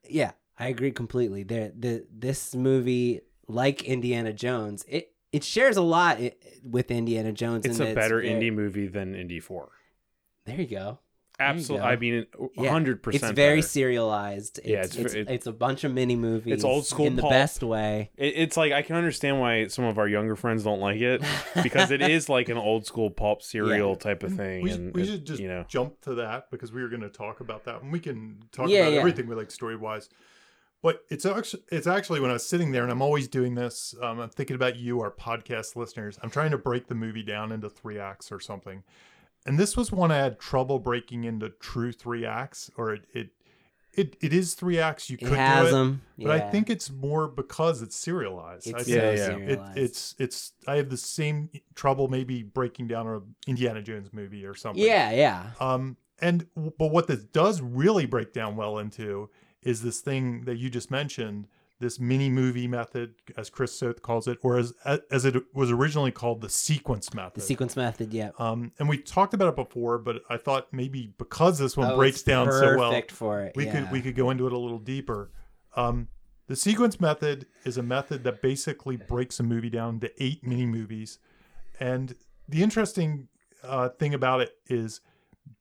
S3: yeah, I agree completely. There the this movie like Indiana Jones, it it shares a lot i- with Indiana Jones.
S2: It's
S3: in
S2: a
S3: that
S2: better
S3: very-
S2: indie movie than Indie 4.
S3: There you go. you
S2: Absolutely.
S3: go.
S2: I mean,
S3: Yeah.
S2: 100%.
S3: It's very
S2: better.
S3: serialized. It's,
S2: Yeah, it's
S3: it's,
S2: ver-
S3: it's,
S2: it-
S3: a bunch of mini movies.
S2: It's old school
S3: in the
S2: pulp.
S3: best way.
S2: It- It's like I can understand why some of our younger friends don't like it because it is like an old school pulp serial type of
S4: And
S2: thing.
S4: We,
S2: and
S4: we
S2: it-
S4: should just
S2: you know,
S4: jump to that because we were going to talk about that, and we can talk
S3: Yeah,
S4: about
S3: yeah.
S4: everything we like story wise. But it's actually it's actually when I was sitting there, and I'm always doing this. Um, I'm thinking about you, our podcast listeners. I'm trying to break the movie down into three acts or something. And this was one I had trouble breaking into true three acts, or it it it, it is three acts. You
S3: It
S4: could
S3: has
S4: do it,
S3: them,
S4: but I think it's more because it's serialized. I
S3: it's
S4: think
S2: Yeah, yeah.
S3: so
S2: It-
S4: it,
S3: serialized.
S4: it's it's I have the same trouble maybe breaking down a Indiana Jones movie or something.
S3: yeah, yeah.
S4: Um. And but what this does really break down well into is this thing that you just mentioned, this mini movie method, as Chris Soth calls it, or as as it was originally called, the sequence method.
S3: The sequence method. Yeah.
S4: Um. And we talked about it before, but I thought maybe because this one
S3: Oh,
S4: breaks
S3: it's
S4: down so well,
S3: Perfect for it.
S4: we
S3: yeah.
S4: could we could go into it a little deeper. Um, the sequence method is a method that basically breaks a movie down to eight mini movies, and the interesting uh, thing about it is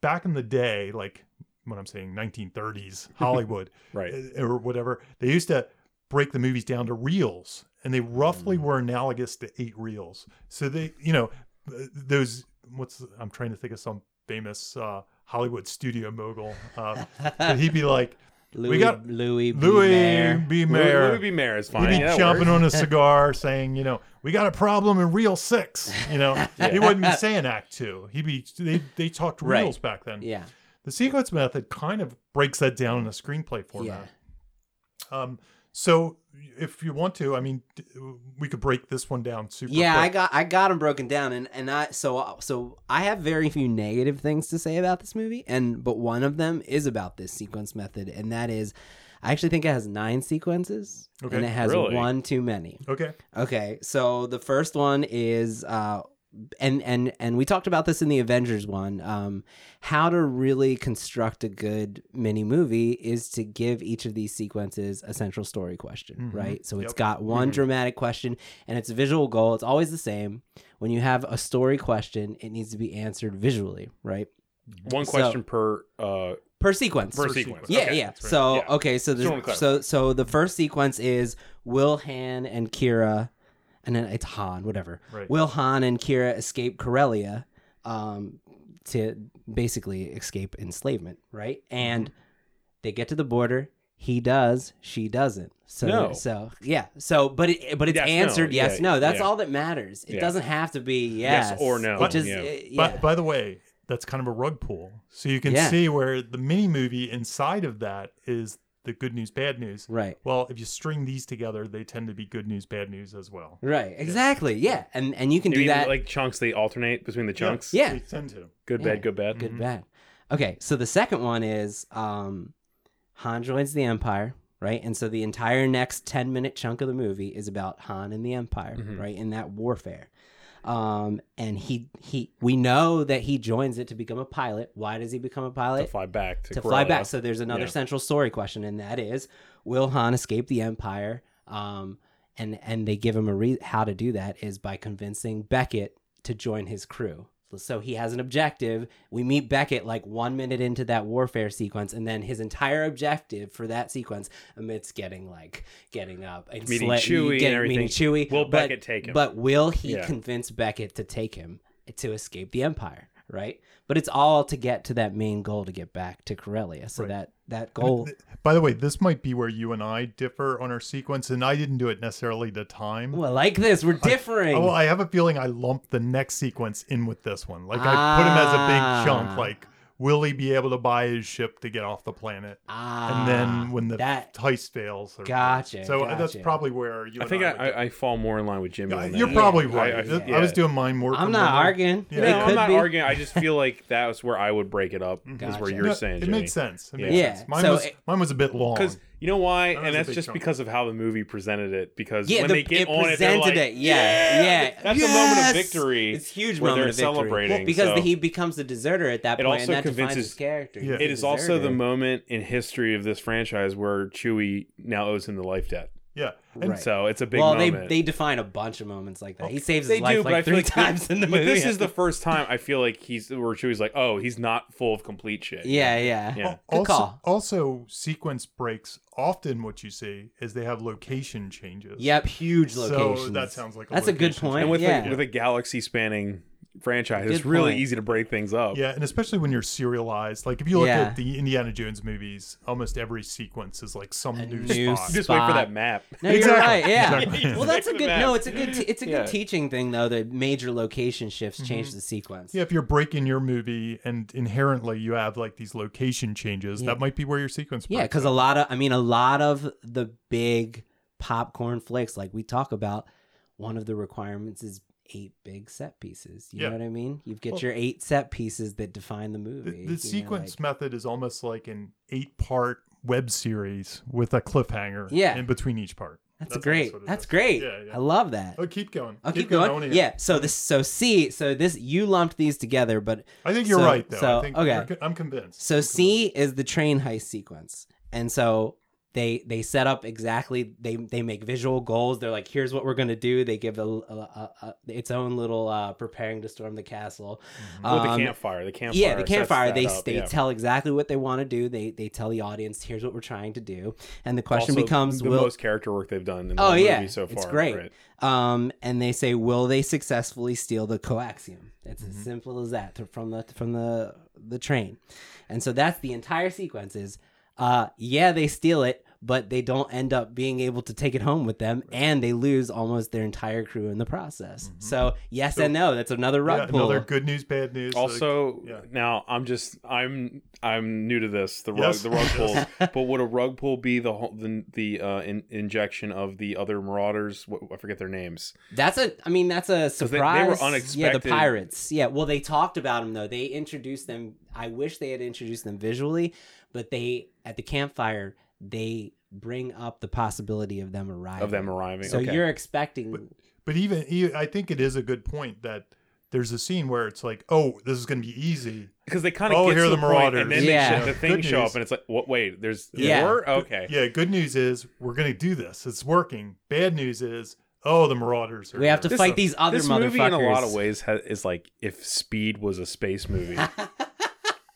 S4: back in the day, like when I'm saying 1930s Hollywood
S2: right.
S4: uh, or whatever, they used to break the movies down to reels, and they roughly
S2: Mm.
S4: were analogous to eight reels. So they, you know, uh, those what's I'm trying to think of some famous uh, Hollywood studio mogul. Uh, but he'd be like,
S3: Louis,
S4: got-
S3: Louis. B.
S4: Louis
S3: Mayer.
S4: B.
S2: Louis-
S4: Mayer.
S2: Louis B. Mayer is
S4: He'd
S2: fine.
S4: be
S2: Yeah, that
S4: chomping
S2: works.
S4: on a cigar, saying, "You know, we got a problem in Reel Six. You know, he wouldn't be saying Act Two. He'd be they they talked
S3: Right.
S4: reels back then.
S3: Yeah.
S4: The sequence method kind of breaks that down in a screenplay
S3: Yeah.
S4: format. Um, so if you want to, I mean, d- we could break this one down super.
S3: Yeah, I
S4: quick.
S3: got I got them broken down, and and I so so I have very few negative things to say about this movie, and but one of them is about this sequence method, and that is, I actually think it has nine sequences,
S4: Okay,
S3: and it has
S2: really?
S3: one too many.
S4: okay.
S3: Okay, so the first one is uh and and and we talked about this in the Avengers one. Um how to really construct a good mini movie is to give each of these sequences a central story question,
S4: Mhm.
S3: right? So it's
S4: Yep.
S3: got one
S2: Mhm.
S3: dramatic question and it's a visual goal. It's always the same. When you have a story question, it needs to be answered visually, right?
S2: One
S3: So-
S2: question per uh,
S3: Per sequence.
S2: per
S4: Per
S2: sequence.
S4: sequence.
S3: Yeah,
S2: Okay.
S3: yeah.
S4: that's right.
S3: So
S2: Yeah.
S3: okay, so
S2: Just wanted to
S3: the, so so the first sequence is Will Han and Kira, and then it's Han, whatever.
S4: Right.
S3: Will Han and Kira escape Corellia, um, to basically escape enslavement, right? And
S2: Mm-hmm.
S3: they get to the border. He does, she doesn't. So
S2: No.
S3: so yeah. So but it but it's
S2: Yes, no.
S3: answered yes
S2: Yeah,
S3: no. That's
S2: yeah.
S3: all that matters. It
S2: Yeah.
S3: doesn't have to be yes,
S2: Yes or no.
S3: It just
S2: Yeah.
S3: it- yeah.
S4: By, by the way, that's kind of a rug pull. So you can
S3: Yeah.
S4: see where the mini movie inside of that is the good news, bad news.
S3: right.
S4: Well, if you string these together, they tend to be good news, bad news as well.
S3: Right. Exactly. Yeah. And and you can
S2: You
S3: do
S2: mean
S3: that.
S2: like chunks, they alternate between the chunks.
S3: Yeah.
S4: They tend to.
S2: Good,
S3: Yeah.
S2: bad, good, bad.
S3: good bad. Okay, so the second one is um, Han joins the Empire, right? And so the entire next ten minute chunk of the movie is about Han and the Empire,
S2: Mhm.
S3: right? In that warfare. Um, and he he we know that he joins it to become a pilot. Why does he become a
S2: to
S3: pilot?
S2: fly back to,
S3: To fly
S2: Corellia.
S3: back. So there's another
S2: Yeah.
S3: central story question, and that is, will Han escape the Empire? Um, and and they give him a re- how to do that is by convincing Beckett to join his crew. So he has an objective. We meet Beckett like one minute into that warfare sequence, and then his entire objective for that sequence, amidst getting like getting up and
S2: Meeting
S3: sla-
S2: Chewie and
S3: getting-
S2: everything.
S3: meeting Chewie.
S2: Will
S3: but-
S2: Beckett take him?
S3: But will he
S2: Yeah.
S3: convince Beckett to take him to escape the Empire? Right. But it's all to get to that main goal to get back to Corellia. So
S4: Right.
S3: that that goal.
S4: By the way, this might be where you and I differ on our sequence, and I didn't do it necessarily to time.
S3: Well, like this, we're differing.
S4: Oh, I have a feeling I lumped the next sequence in with this one. Like I put him as a big
S3: Ah.
S4: chunk. Like, will he be able to buy his ship to get off the planet?
S3: ah,
S4: And then when the
S3: that
S4: heist fails, or
S3: Gotcha,
S4: So uh, that's
S3: gotcha.
S4: probably where
S2: I
S4: you. and
S2: think
S4: I, would
S2: I, I, I fall more in line with Jimmy.
S4: Yeah,
S2: on that.
S4: You're probably
S2: I-
S4: right.
S2: I-
S4: I,
S2: yeah.
S4: was doing mine more.
S3: I'm
S4: from
S3: not
S4: memory.
S3: arguing.
S4: Yeah.
S3: It
S2: No, I'm
S3: could
S2: not
S3: be.
S2: arguing. I just feel like that was where I would break it up. Is where
S3: Gotcha.
S2: you're
S4: No,
S2: saying
S4: it
S2: Jimmy.
S4: made sense. It made
S3: Yeah.
S4: sense. Mine
S3: So
S4: was
S3: it-
S4: mine was a bit long.
S2: Because you know why,
S4: That
S2: and
S4: was a
S2: that's
S4: big
S2: just
S4: chunk.
S2: because of how the movie presented it. Because
S3: Yeah,
S2: when
S3: the,
S2: they get
S3: it
S2: on it, they're
S3: presented
S2: like,
S3: it. Yeah, yeah.
S2: That's a moment
S3: Yes!
S2: of victory.
S3: It's a huge
S2: where
S3: moment
S2: they're
S3: of victory.
S2: celebrating.
S3: because
S2: so.
S3: he becomes a deserter at that
S2: It
S3: point,
S2: also
S3: and that defines
S2: convinces-
S3: his character.
S4: Yeah.
S3: He's
S2: it
S3: a
S2: is also the
S3: deserter.
S2: moment in history of this franchise where Chewie now owes him the life debt.
S4: yeah, and
S3: Right.
S2: So it's a big
S3: well,
S2: moment.
S3: they they define a bunch of moments like that. He saves
S2: They
S3: his life
S2: do, but I
S3: like
S2: feel
S3: three
S2: like thi-
S3: times in the
S2: but
S3: movie.
S2: this is the first time I feel like he's where Chewie's like, oh, he's not full of complete shit.
S3: yeah, yeah,
S4: Oh,
S2: Yeah.
S3: Good
S4: also,
S3: call.
S4: also sequence breaks. Often, what you see is they have location changes.
S3: Yep, huge locations.
S4: So that sounds like a
S3: that's a good
S4: location
S3: point.
S2: And with
S3: yeah.
S2: a, with a galaxy spanning franchise, it's
S3: Good
S2: really
S3: point.
S2: easy to break things up.
S4: Yeah, and especially when you're serialized. Like if you look
S3: Yeah.
S4: at the Indiana Jones movies, almost every sequence is like some
S3: A
S4: new,
S3: new
S4: spot.
S2: You just wait for
S3: Spot.
S2: that map.
S3: No, you're
S4: Exactly.
S3: right. Yeah.
S4: Exactly.
S3: Well, that's a
S2: Back to
S3: good.
S2: back.
S3: No, it's a good. T- it's a good
S2: Yeah.
S3: teaching thing though. The major location shifts change the sequence.
S4: Mm-hmm. Yeah, if you're breaking your movie and inherently you have like these location changes, that might be where your sequence.
S3: Yeah,
S4: breaks
S3: because
S4: up.
S3: a lot of, I mean, a lot of the big popcorn flicks, like we talk about, one of the requirements is eight big set pieces. You
S4: Yeah.
S3: know what I mean? You've got
S4: Well-
S3: your eight set pieces that define the
S4: the,
S3: movie.
S4: the
S3: you know, like-
S4: sequence method is almost like an eight-part web series with a cliffhanger.
S3: Yeah.
S4: in between each part.
S3: that's,
S4: that's
S3: great.
S4: what it
S3: That's
S4: is.
S3: great.
S4: Yeah, yeah.
S3: I love that.
S4: Oh, keep going.
S3: I'll keep, going.
S4: I wanna hear.
S3: yeah. So this, so C, so this, you lumped these together, but
S4: I think you're
S3: So-
S4: right though.
S3: so,
S4: I think
S3: okay.
S4: you're co- I'm convinced.
S3: So
S4: I'm
S3: C is the train heist sequence, and so they they set up exactly they they make visual goals. They're like, here's what we're gonna do. They give a, a, a, a- its own little uh, preparing to storm the castle.
S4: Mm-hmm.
S2: With
S3: Um,
S2: the campfire. The campfire.
S3: yeah, the
S2: sets
S3: campfire.
S2: that
S3: They
S2: up,
S3: they
S2: yeah.
S3: tell exactly what they want to do. They they tell the audience, here's what we're trying to do, and the question
S2: Also,
S3: becomes,
S2: the
S3: will
S2: most character work they've done in the
S3: oh
S2: whole
S3: yeah,
S2: movie so far.
S3: it's great.
S2: right?
S3: Um, and they say, will they successfully steal the coaxium? It's
S4: Mm-hmm.
S3: as simple as that to- from the from the the train, and so that's the entire sequence. Is uh, yeah, they steal it, but they don't end up being able to take it home with them, and they lose almost their entire crew in the process. So yes and no, that's another
S4: Mm-hmm. Yeah,
S3: rug pull.
S4: another good news, bad news. like-
S2: Also,
S4: yeah.
S2: now I'm just I'm I'm new to this the rug
S4: Yes.
S2: the rug pulls. but would a rug pull be the whole the, the uh, in, injection of the other marauders? What, I forget their names.
S3: That's a, I mean, that's a
S2: they- they
S3: surprise.
S2: were
S3: Yeah, the
S2: unexpected.
S3: pirates. Yeah, well, they talked about them though. They introduced them. I wish they had introduced them visually, but they at the campfire they bring up the possibility of them arriving.
S2: Of them arriving.
S3: So
S2: okay.
S3: you're expecting.
S4: But even e- I think it is a good point that there's a scene where it's like, oh, this is going to be easy.
S2: because they kind of
S4: Oh,
S2: get
S4: here
S2: to
S4: are
S2: the,
S4: the
S2: point,
S4: marauders.
S2: and then
S3: Yeah.
S2: they show, the thing
S4: Good
S2: show
S4: news.
S2: up, and it's like, what? Wait, there's
S3: Yeah.
S2: more. Okay,
S4: Yeah. Good news is we're going to do this. It's working. Bad news is, oh, the Marauders. Are
S3: We have
S4: here.
S3: to fight these other
S2: this
S3: motherfuckers.
S2: movie in a lot of ways ha- is like if Speed was a space movie.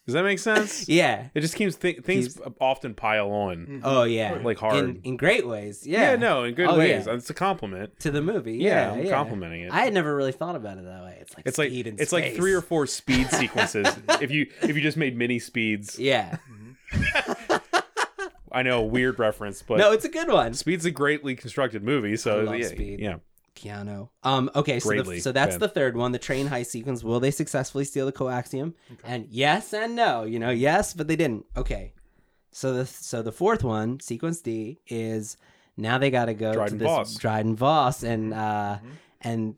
S2: Does that make sense?
S3: Yeah.
S2: It just keeps th- things often pile on
S3: Oh yeah.
S2: like hard.
S3: In, in great ways. Yeah.
S2: yeah. no, in good
S3: Oh, yeah.
S2: ways. It's a compliment.
S3: To the movie.
S2: Yeah,
S3: Yeah,
S2: I'm complimenting it.
S3: I had never really thought about it that way. It's like
S2: It's like
S3: speed in
S2: it's like
S3: space.
S2: three or four speed sequences. if you if you just made mini speeds,
S3: Yeah.
S2: I know weird reference, but
S3: no, it's a good one.
S2: Speed's a greatly constructed movie, so
S3: I love
S2: yeah,
S3: Speed.
S2: yeah.
S3: Keanu. Um, okay, so, the-
S2: Greatly
S3: so that's
S2: bad.
S3: the third one, the train heist sequence. Will they successfully steal the coaxium? And yes and no, you know, yes, but they didn't. Okay. So the so the fourth one, sequence D, is now they gotta go
S2: Dryden
S3: to this
S2: Voss.
S3: Dryden Voss and uh and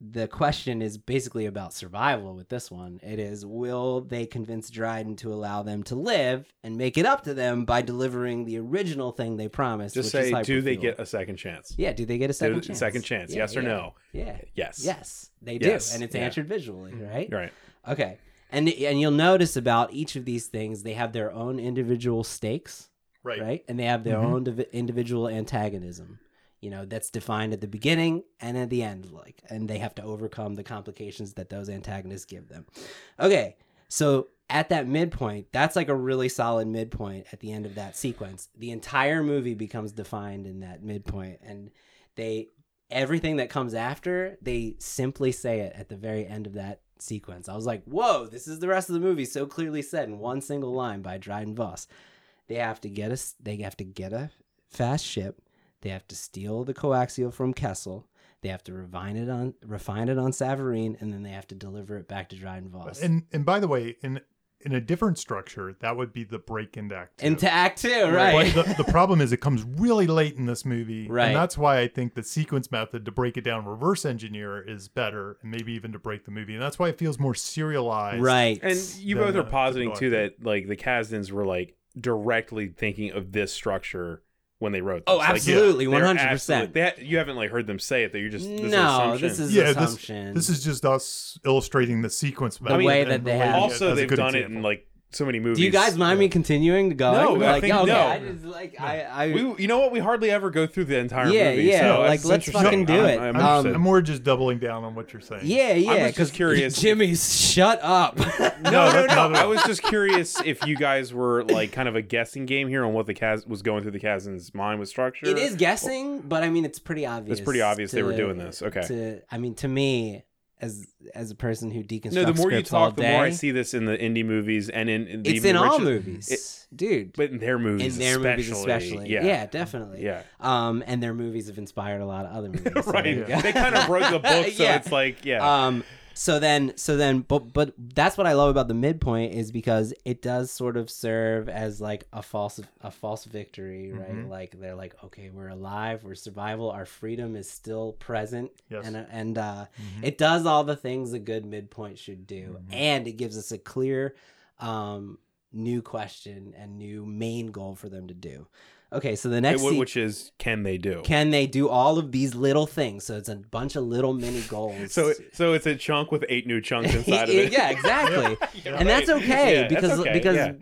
S3: the question is basically about survival with this one. It is will they convince Dryden to allow them to live and make it up to them by delivering the original thing they promised?
S2: Just
S3: which is
S2: say, do they
S3: hyperfuel?
S2: get a second chance?
S3: Yeah, do they get a
S2: Do-
S3: second chance?
S2: Second chance,
S3: Yeah,
S2: yes or
S3: yeah,
S2: no?
S3: Yeah.
S2: Yes.
S3: Yes, they
S2: Yes.
S3: do, and it's
S2: Yeah.
S3: answered visually, right?
S2: Right.
S3: Okay. And and you'll notice about each of these things, they have their own individual stakes,
S4: Right.
S3: right? And they have their
S4: Mhm.
S2: Mm-hmm.
S3: own div- individual antagonism. You know, that's defined at the beginning and at the end like and they have to overcome the complications that those antagonists give them. Okay. So at that midpoint, that's like a really solid midpoint at the end of that sequence. The entire movie becomes defined in that midpoint and they everything that comes after, they simply say it at the very end of that sequence. I was like, "Whoa, this is the rest of the movie so clearly said in one single line by Dryden Voss." They have to get us they have to get a fast ship. They have to steal the coaxial from Kessel. They have to refine it on refine it on Savarine, and then they have to deliver it back to Dryden Voss.
S4: And and by the way, in in a different structure, that would be the break into act. two.
S3: Into Act Two, right?
S4: But the, the problem is, it comes really late in this movie,
S3: Right.
S4: and that's why I think the sequence method to break it down, reverse engineer, is better, and maybe even to break the movie, and that's why it feels more serialized.
S3: right.
S2: And you
S4: Then,
S2: both
S4: uh,
S2: are
S4: to
S2: positing
S4: go
S2: too
S4: after.
S2: that like the Kasdans were like directly thinking of this structure when they wrote. This.
S3: Oh,
S2: Like,
S3: absolutely,
S2: they're
S3: 100%.
S2: absolute- they ha- you haven't like heard them say it. That you're just this is
S3: no,
S2: assumption.
S3: this is
S4: Yeah, this-
S3: assumption.
S4: This is just us illustrating the sequence method.
S2: way
S4: and
S3: that they
S4: relating
S3: have-
S4: it
S2: also
S4: as a
S2: they've
S4: good
S2: done it
S4: example.
S2: in like so many movies.
S3: Do you guys mind me
S4: yeah.
S3: continuing to go?
S2: No, I
S3: like,
S2: think
S3: okay,
S2: no.
S3: I just like I, I
S2: We, you know what? We hardly ever go through the entire
S3: Yeah,
S2: movie.
S3: yeah,
S2: so
S3: like,
S2: it's
S3: let's
S2: interesting.
S3: fucking do it.
S2: I'm, I'm
S4: I'm,
S3: Um,
S2: interested.
S4: I'm more just doubling down on what you're saying.
S3: yeah, yeah.
S2: just curious-
S3: Jimmy, shut up.
S2: no, no,
S4: that's
S2: no.
S4: not at
S2: I
S4: all.
S2: was just curious if you guys were like kind of a guessing game here on what the Kaz was going through the Kazan's mind with structure.
S3: it is guessing, but I mean, it's pretty obvious.
S2: It's pretty obvious they were
S3: to-
S2: doing this. Okay.
S3: To, I mean, to me, as as a person who deconstructs
S2: No, the more you
S3: scripts all
S2: talk, the more I
S3: day,
S2: see this in the indie movies and in, in the
S3: it's in all
S2: origi-
S3: movies, dude.
S2: but in their
S3: in
S2: movies,
S3: their
S2: especially.
S3: movies, especially,
S2: Yeah,
S3: yeah, definitely.
S2: yeah.
S3: Um, and their movies have inspired a lot of other movies. so there
S2: right.
S3: you go.
S2: They kind of wrote the book, so
S3: Yeah.
S2: it's like, yeah,
S3: um so then so then but but that's what i love about the midpoint is because it does sort of serve as like a false a false victory right
S2: Mm-hmm.
S4: Mhm.
S3: like they're like okay we're alive we're survival our freedom is still present
S4: Yes.
S3: and and uh
S2: Mm-hmm.
S4: Mhm.
S3: it does all the things a good midpoint should do
S4: Mhm.
S3: and it gives us a clear um new question and new main goal for them to do okay so the next
S2: It-
S3: se-
S2: which is can they do?
S3: can they do all of these little things so it's a bunch of little mini goals
S2: so, it- so it's a chunk with eight new chunks inside of it.
S3: yeah, exactly.
S2: Yeah,
S3: and that's
S2: right.
S3: okay
S2: Yeah, that's
S3: because
S2: okay,
S3: because
S2: yeah.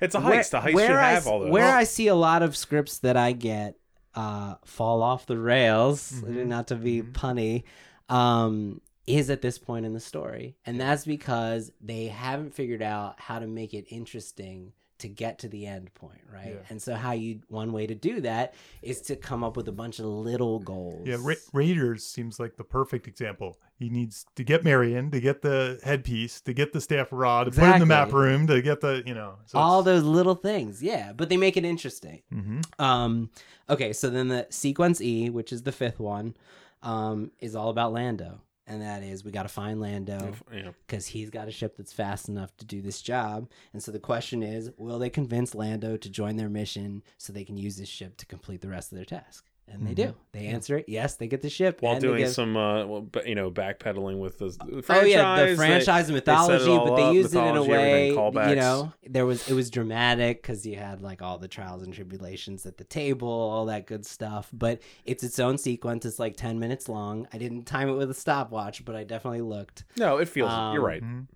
S2: it's a heist. The heist should
S3: I,
S2: have
S3: s-
S2: all those.
S3: Where I see a lot of scripts that I get uh, fall off the rails,
S2: Mm-hmm.
S4: Mhm.
S3: not to be
S4: Mhm.
S3: punny, um, is at this point in the story, and that's because they haven't figured out how to make it interesting to get to the end point, right?
S4: Yeah.
S3: And so, how you one way to do that is to come up with a bunch of little goals.
S4: Yeah, Ra- Raiders seems like the perfect example. He needs to get Marion, to get the headpiece, to get the staff rod, to put it in the map
S3: Exactly.
S4: room, to get the you know so
S3: all
S4: it's-
S3: those little things, yeah, but they make it interesting.
S4: Mhm.
S3: Um, okay, so then the sequence E, which is the fifth one, um, is all about Lando, and that is we got to find Lando
S2: yeah.
S3: because he's got a ship that's fast enough to do this job. And so the question is, will they convince Lando to join their mission so they can use this ship to complete the rest of their task? And they do. They answer it. Yes, they get the ship
S2: Mm-hmm. While
S3: and they
S2: doing
S3: give-
S2: some, uh, well, ba- you know, backpedaling with the, the
S3: Oh
S2: franchise.
S3: yeah, the
S2: they-
S3: franchise and mythology,
S2: all
S3: but they
S2: up,
S3: used it in a
S2: mythology, everything,
S3: way, you
S2: callbacks.
S3: know, there was it was dramatic because you had like all the trials and tribulations at the table, all that good stuff. But it's its own sequence. It's like ten minutes long. I didn't time it with a stopwatch, but I definitely looked.
S2: No, it feels. you're
S3: Um,
S2: right.
S4: Mhm.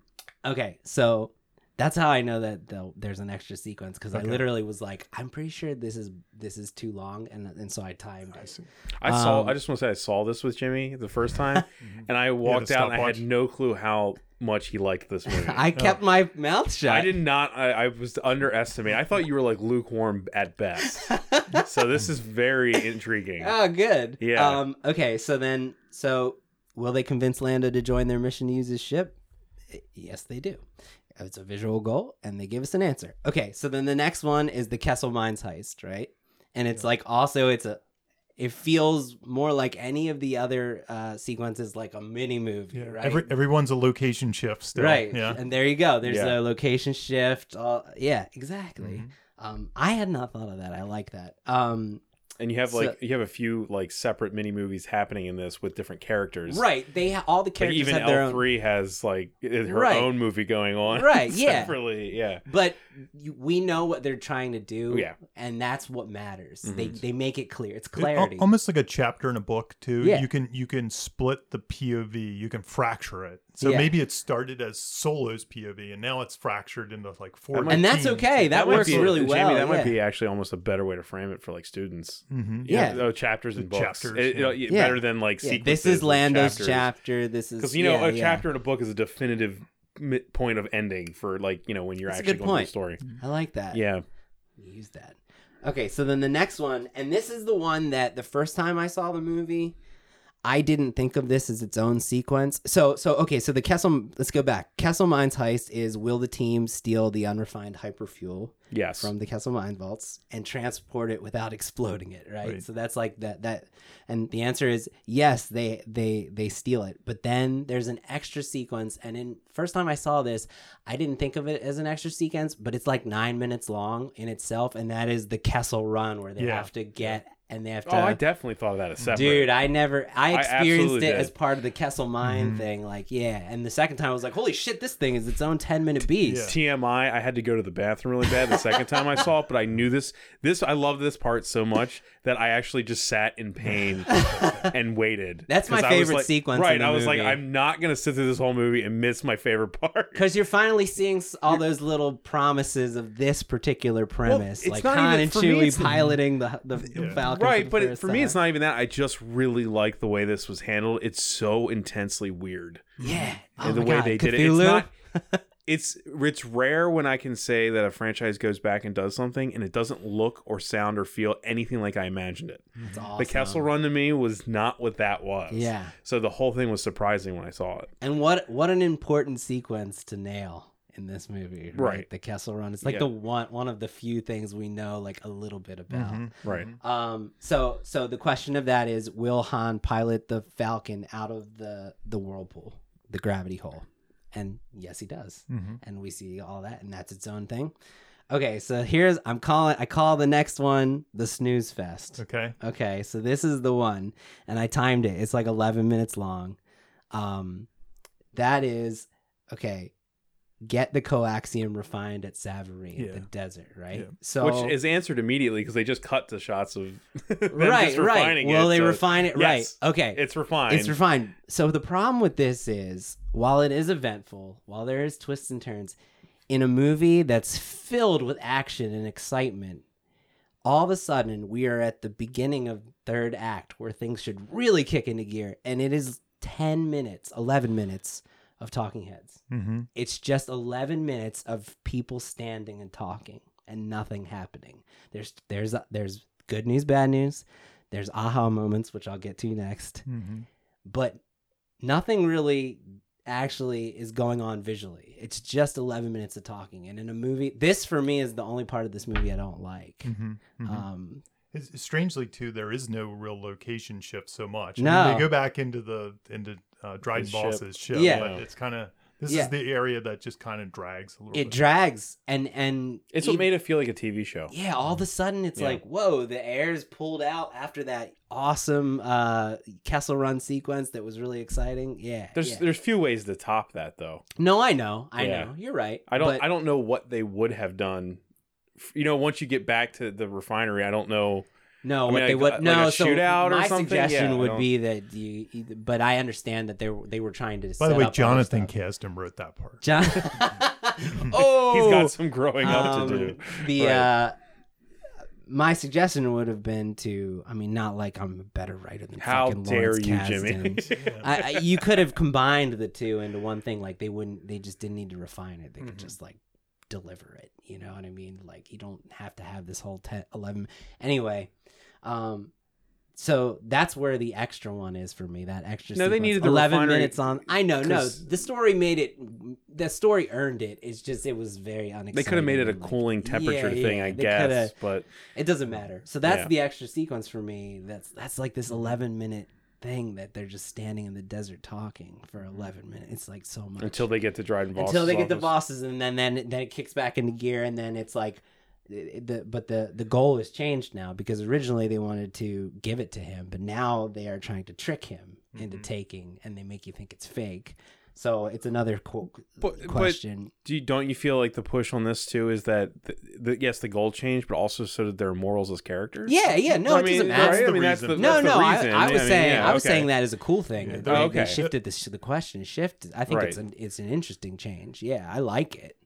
S3: Okay, so that's how I know that though, there's an extra sequence because
S4: Okay.
S3: I literally was like, I'm pretty sure this is this is too long, and and so I timed
S4: I
S3: it.
S4: see.
S2: I saw.
S3: Um,
S2: I just want to say I saw this with Jimmy the first time,
S4: Mhm.
S2: and I walked out and I
S4: stopwatch.
S2: had no clue how much he liked this movie. I,
S3: I kept my mouth shut.
S2: did not. Oh. I, I was underestimating. I thought you were like lukewarm at best. so this is very intriguing.
S3: Oh, good.
S2: Yeah.
S3: Um, okay, so then, so will they convince Lando to join their mission to use his ship? Yes, they do. It's a visual goal, and they give us an answer. Okay, so then the next one is the Kessel Mines heist, right? And it's like also it's a, it feels more like any of the other uh, sequences, like a mini movie,
S4: Yeah,
S3: right?
S4: every, everyone's a location shift still.
S3: right.
S4: Yeah.
S3: And there you go. There's
S2: Yeah. Mm-hmm.
S3: a location shift. All, yeah, exactly.
S4: Mhm.
S3: Um, I had not thought of that. I like that. Um,
S2: and you have
S3: So-
S2: like you have a few like separate mini movies happening in this with different characters.
S3: right. They ha- all the
S2: Like
S3: characters
S2: even
S3: have their
S2: L
S3: own
S2: three has like her
S3: Right.
S2: own movie going on.
S3: Right, yeah.
S2: Separately. Yeah.
S3: but you, we know what they're trying to do
S2: Yeah.
S3: and that's what matters they
S2: Mhm.
S3: they make it clear it's
S4: It- al-
S3: clarity
S4: almost like a chapter in a book too.
S3: Yeah.
S4: You can you can split the POV, you can fracture it. So
S3: Yeah.
S4: maybe it started as Solo's POV and now it's fractured into like four.
S2: might-
S3: and that's okay that,
S2: might
S3: works
S2: be-
S3: really
S2: Jamie,
S3: well
S2: that
S3: yeah.
S2: might be actually almost a better way to frame it for like students.
S4: hmm
S2: You know,
S3: Yeah.
S2: oh, chapters and books.
S4: Chapters,
S2: It- it-
S4: yeah.
S2: yeah,
S3: Yeah.
S2: Better than like
S3: Yeah,
S2: sequences.
S3: this is
S2: and
S3: lando's
S2: chapters.
S3: chapter this is
S2: because you know
S3: yeah,
S2: a
S3: yeah.
S2: chapter in a book is a definitive mi- point of ending for like you know when you're
S3: That's a
S2: actually
S3: good
S2: going through
S3: point.
S2: the story.
S3: i like that
S2: Yeah,
S3: use that. Okay, so then the next one, and this is the one that the first time I saw the movie, I didn't think of this as its own sequence. So, so okay, so the Kessel, let's go back. Kessel Mines heist is will the team steal the unrefined hyperfuel
S2: yes.
S3: from the Kessel Mine vaults and transport it without exploding it, right?
S4: Right.
S3: So that's like that that, and the answer is yes, they they they steal it, but then there's an extra sequence, and in first time I saw this, I didn't think of it as an extra sequence, but it's like nine minutes long in itself, and that is the Kessel Run where they
S4: Yeah.
S3: have to get and they have to.
S2: oh, I definitely thought of that as separate.
S3: Dude, I never I
S2: I
S3: experienced it
S2: absolutely did. Mm-hmm.
S3: as part of the Kessel Mine
S4: Mhm.
S3: thing. Like, yeah. And the second time I was like, holy shit, this thing is its own ten minute beast.
S4: Yeah.
S2: TMI. I had to go to the bathroom really bad the second time I saw it, but I knew this. This I love this part so much that I actually just sat in pain and waited.
S3: That's my
S2: 'Cause I was
S3: favorite
S2: like-
S3: sequence in
S2: Right,
S3: the
S2: I was like,
S3: movie.
S2: I'm not gonna sit through this whole movie and miss my favorite part.
S3: Because you're finally seeing s- all those little promises of this particular premise,
S2: it's
S3: like
S2: not
S3: Han
S2: even-
S3: and
S2: for me,
S3: Chewie
S2: it's-
S3: piloting the the Falcon.
S2: right but it, for me it's not even that i just really like the way this was handled it's so intensely weird
S3: Yeah, oh
S2: and the
S3: my
S2: way
S3: God,
S2: they did it
S3: Cthulhu?
S2: it's not it's it's rare when i can say that a franchise goes back and does something and it doesn't look or sound or feel anything like i imagined it
S3: It's awesome.
S2: the castle run to me was not what that was
S3: Yeah,
S2: so the whole thing was surprising when i saw it
S3: and what what an important sequence to nail in this movie, right?
S2: Right.
S3: The Kessel Run. It's like
S2: Yeah.
S3: the one one of the few things we know like a little bit about.
S4: Mhm.
S2: right
S3: Um. So so the question of that is, will Han pilot the Falcon out of the the whirlpool, the gravity hole? And yes, he does.
S4: Mhm.
S3: and we see all that and that's its own thing okay so here's i'm calling i call the next one the snooze fest
S4: Okay.
S3: okay so this is the one and i timed it it's like 11 minutes long um that is okay get the coaxium refined at savarine
S4: Yeah.
S3: the desert right
S4: Yeah.
S3: so
S2: which is answered immediately because they just cut to shots of them
S3: right
S2: just
S3: right
S2: refining
S3: well
S2: it,
S3: they
S2: so
S3: refine it
S2: yes,
S3: right okay
S2: it's refined
S3: it's refined. So the problem with this is, while it is eventful, while there is twists and turns, in a movie that's filled with action and excitement, all of a sudden we are at the beginning of third act where things should really kick into gear, and it is ten minutes, eleven minutes of talking heads.
S4: hmm
S3: It's just eleven minutes of people standing and talking and nothing happening. There's there's there's good news, bad news. There's aha moments, which I'll get to next
S4: hmm
S3: but nothing really actually is going on visually. It's just 11 minutes of talking. And in a movie, this for me is the only part of this movie I don't like.
S4: hmm
S3: Um,
S4: It's, strangely too, there is no real location shift so much. I mean,
S3: No.
S4: they go back into the into uh, Dryden
S2: His ship.
S4: Boss's ship,
S3: Yeah.
S4: but it's kind of this
S3: Yeah.
S4: is the area that just kind of drags a little.
S3: it
S4: bit.
S3: drags and, and
S2: it's
S3: ev-
S2: what made it feel like a tv show
S3: yeah, all of a sudden it's
S2: Yeah.
S3: like, whoa, the air's pulled out after that awesome uh Castle Run sequence that was really exciting. Yeah.
S2: There's
S3: yeah.
S2: there's few ways to top that though.
S3: no, I know. I
S2: Yeah.
S3: know. You're right.
S2: I don't
S3: But
S2: I don't know what they would have done. F- You know, once you get back to the refinery, I don't know.
S3: No,
S2: I
S3: what
S2: mean, like,
S3: they
S2: uh,
S3: would
S2: like a
S3: no. so
S2: shootout or
S3: my
S2: something?
S3: suggestion
S2: Yeah, I
S3: would
S2: don't-
S3: be that you, but I understand that they were, they were trying to.
S4: By the
S3: set
S4: way,
S3: up other
S4: Jonathan
S3: stuff.
S4: Kasdan wrote that part.
S3: John. oh,
S2: He's got some growing up to
S3: um,
S2: do.
S3: The
S2: Right.
S3: uh, my suggestion would have been to, I mean, not like I'm a better writer than
S2: How
S3: Um, fucking
S2: dare
S3: Lawrence
S2: you, Jimmy?
S3: Kasdan. I, I, you could have combined the two into one thing. Like they wouldn't, they just didn't need to refine it. They could
S2: Mhm.
S3: just like deliver it. You know what I mean? Like you don't have to have this whole 10, 11. Anyway, um, so that's where the extra one is for me. That extra.
S2: No, they
S3: sequence.
S2: needed the
S3: eleven
S2: refinery
S3: minutes on. I know, no,
S2: 'cause-
S3: the story made it. The story earned it. It's just it was very unexpected.
S2: they could have made it a cooling temperature thing, I guess. But
S3: It doesn't matter. So that's
S2: Yeah.
S3: the extra sequence for me. That's that's like this eleven minute thing that they're just standing in the desert talking for eleven minutes. It's like so much
S2: until they get to Dryden Voss.
S3: until they get the bosses, and then then then it kicks back into gear, and then it's like it- the, but the the goal has changed now because originally they wanted to give it to him, but now they are trying to trick him into
S2: Mm-hmm.
S4: Mhm.
S3: taking, and they make you think it's fake. So it's another qu-
S2: But- but-
S3: question.
S2: Do you, don't you feel like the push on this too is that the, the, yes the goal changed, but also so did their morals as characters?
S3: yeah, yeah, no,
S2: I
S3: it
S2: mean,
S3: doesn't
S2: that's
S3: matter.
S2: the
S4: No,
S2: reason-
S4: no,
S2: that's
S3: no,
S2: the
S3: no, I,
S2: reason.
S3: I was
S2: mean,
S3: saying
S2: yeah,
S3: I was
S2: okay.
S3: saying that is a cool thing.
S4: Yeah,
S3: that they, they
S2: okay.
S3: shifted this the question shifted. I think it's
S2: Right.
S3: an it's an interesting change. Yeah, I like it.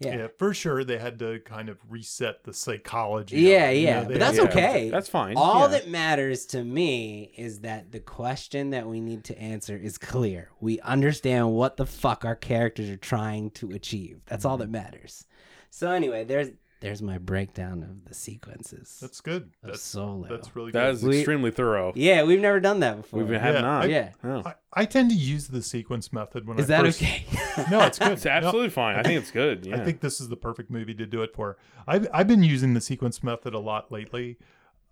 S4: Yeah.
S3: Yeah.
S4: for sure they had to kind of reset the psychology.
S3: Yeah,
S4: of it. You
S3: yeah,
S4: know,
S3: but
S4: they
S3: that's
S4: had to-
S3: okay.
S2: That's fine.
S3: All
S2: yeah.
S3: that matters to me is that the question that we need to answer is clear. We understand what the fuck our characters are trying to achieve. That's
S2: Mm-hmm.
S3: all that matters. So anyway, there's there's my breakdown of the sequences
S4: That's good.
S3: of
S4: That's
S3: Solo.
S4: that's really
S2: that
S4: good.
S2: is
S3: We-
S2: extremely thorough.
S3: yeah, we've never done that before.
S2: We've had
S4: Yeah,
S2: not.
S3: yeah.
S2: No.
S4: I, I tend to use the sequence method when
S3: Is
S4: I
S3: that
S4: first-
S3: okay?
S4: No, it's good.
S2: It's
S4: No,
S2: absolutely fine. I think it's good. Yeah.
S4: I think this is the perfect movie to do it for. I've I've been using the sequence method a lot lately.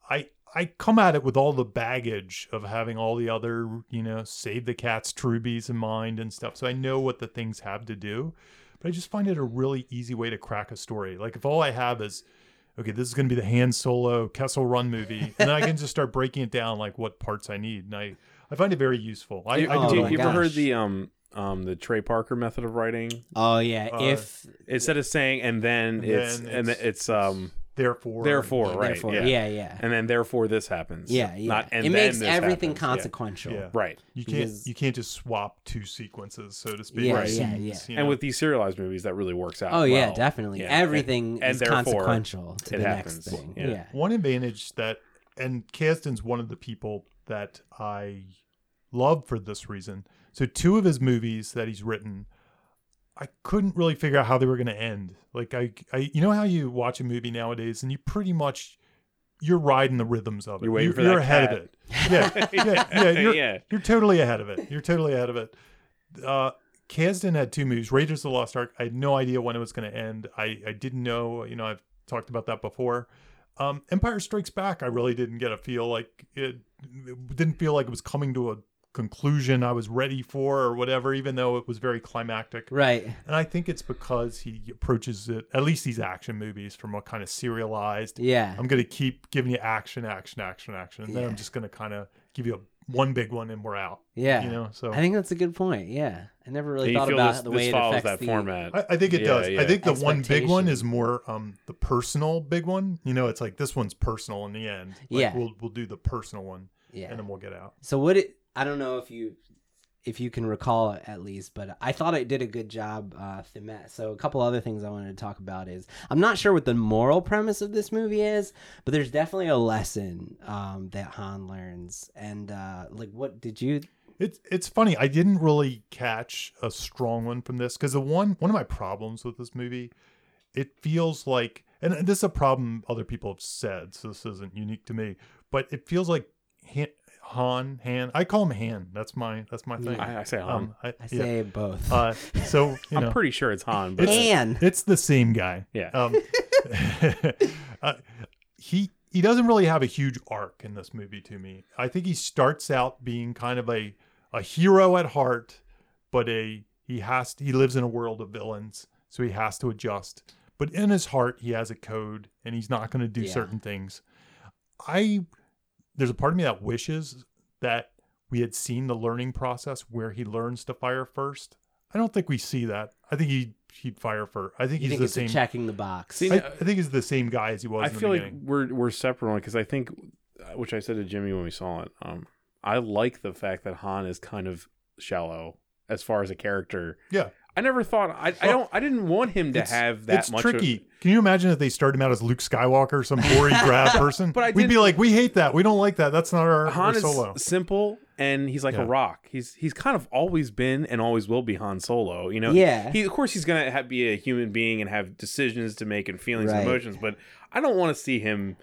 S4: I I come at it with all the baggage of having all the other you know save the cats trubies in mind and stuff, so I know what the things have to do. But I just find it a really easy way to crack a story. Like if all I have is okay, this is going to be the Han Solo Kessel Run movie, and then I can just start breaking it down like what parts I need, and I. I find it very useful. I,
S2: you,
S4: I
S3: oh
S2: do you-
S3: my
S2: you ever
S3: gosh.
S2: heard the um um the Trey Parker method of writing?
S3: oh yeah,
S4: Uh,
S3: if
S2: Instead of saying and then
S4: And
S2: it's
S4: then
S2: and
S4: it's-
S2: then it's um
S4: therefore,
S2: therefore right
S3: therefore,
S2: yeah.
S3: yeah, yeah.
S2: and then therefore this happens
S3: Yeah, yeah.
S2: not and
S3: it
S2: then
S3: makes
S2: this
S3: everything
S2: happens.
S3: consequential.
S4: Yeah.
S2: right
S4: You can't
S3: Because-
S4: you can't just swap two sequences, so to speak.
S3: Yeah, yeah,
S4: or scenes,
S3: yeah.
S4: you
S2: and
S4: know.
S2: with these serialized movies that really works out
S3: Oh yeah,
S2: well.
S3: definitely.
S2: Yeah.
S3: Everything
S2: And- and
S3: is
S2: therefore,
S3: consequential to
S2: it
S3: the
S2: happens.
S3: next thing.
S2: Yeah.
S3: Yeah.
S4: one advantage that and Kasdan's one of the people that I love for this reason. So two of his movies that he's written, I couldn't really figure out how they were going to end. Like I, I, you know how you watch a movie nowadays and you pretty much you're riding the rhythms of it.
S2: You're waiting
S4: You-
S2: for that
S4: you're ahead
S2: cat.
S4: of it. Yeah, yeah, yeah. You're,
S2: Yeah.
S4: you're totally ahead of it. You're totally ahead of it. Uh, Kasdan had two movies. Raiders of the Lost Ark. I had no idea when it was going to end. I, I didn't know. You know, I've talked about that before. Um, Empire Strikes Back. I really didn't get a feel like it, it didn't feel like it was coming to a conclusion I was ready for or whatever. Even though it was very climactic.
S3: Right.
S4: And I think it's because he approaches it, at least these action movies, from a kind of serialized
S3: Yeah.
S4: I'm gonna keep giving you action, action, action, action, and then
S3: Yeah.
S4: I'm just gonna kind of give you a, one big one, and we're out.
S3: yeah.
S4: You know, so
S3: I think that's a good point. Yeah. I never really
S2: And you
S3: thought
S2: feel
S3: about
S2: this,
S3: the
S2: this
S3: way it
S2: follows
S3: affects
S2: that
S3: the
S2: format
S4: I, I think it
S2: Yeah,
S4: does.
S2: yeah.
S4: I think the one big one
S3: Expectation.
S4: is more um the personal big one. You know, it's like this one's personal in the end. Like,
S3: Yeah.
S4: we'll we'll do the personal one,
S3: Yeah.
S4: and um, then we'll get out.
S3: So what it I don't know if you if you can recall it at least, but I thought it did a good job uh themat. So a couple other things I wanted to talk about is I'm not sure what the moral premise of this movie is, but there's definitely a lesson um that Han learns and uh like what did you
S4: It's it's funny. I didn't really catch a strong one from this because the one one of my problems with this movie, it feels like, and this is a problem other people have said, so this isn't unique to me. But it feels like Han, Han, Han. I call him Han. That's my that's my thing.
S2: I, I say Han.
S4: um, I,
S3: I
S4: yeah.
S3: say both.
S4: Uh, so you
S2: I'm
S4: know,
S2: pretty sure it's Han but
S3: and
S4: it's the same guy.
S2: yeah
S4: Um, uh, he he doesn't really have a huge arc in this movie to me. I think he starts out being kind of a a hero at heart, but a he has he lives in a world of villains, so he has to adjust. But in his heart, he has a code, and he's not going to do
S3: Yeah.
S4: certain things. I there's a part of me that wishes that we had seen the learning process where he learns to fire first. I don't think we see that. I think he he'd fire first. I think
S3: you think
S4: he's the
S3: it's a
S4: same.
S3: checking the box.
S2: See,
S4: I, I think he's the same guy as he was.
S2: I
S4: in
S2: feel
S4: the
S2: like
S4: beginning.
S2: we're we're separate on because I think, uh, which I said to Jimmy when we saw it, um, I like the fact that Han is kind of shallow as far as a character.
S4: Yeah.
S2: I never thought I, I
S4: Well,
S2: don't I didn't want him to
S4: it's,
S2: have that
S4: it's
S2: much. of-
S4: tricky. Can you imagine if they started him out as Luke Skywalker, some boring grab person?
S2: But I
S4: We'd be
S2: didn't-
S4: like, we hate that. We don't like that. That's not our, our
S2: Han is
S4: solo.
S2: simple and he's like
S4: Yeah.
S2: a rock. He's he's kind of always been and always will be Han Solo. You know,
S3: Yeah.
S2: He of course he's gonna ha be a human being and have decisions to make and feelings
S3: Right.
S2: and emotions, but I don't want to see him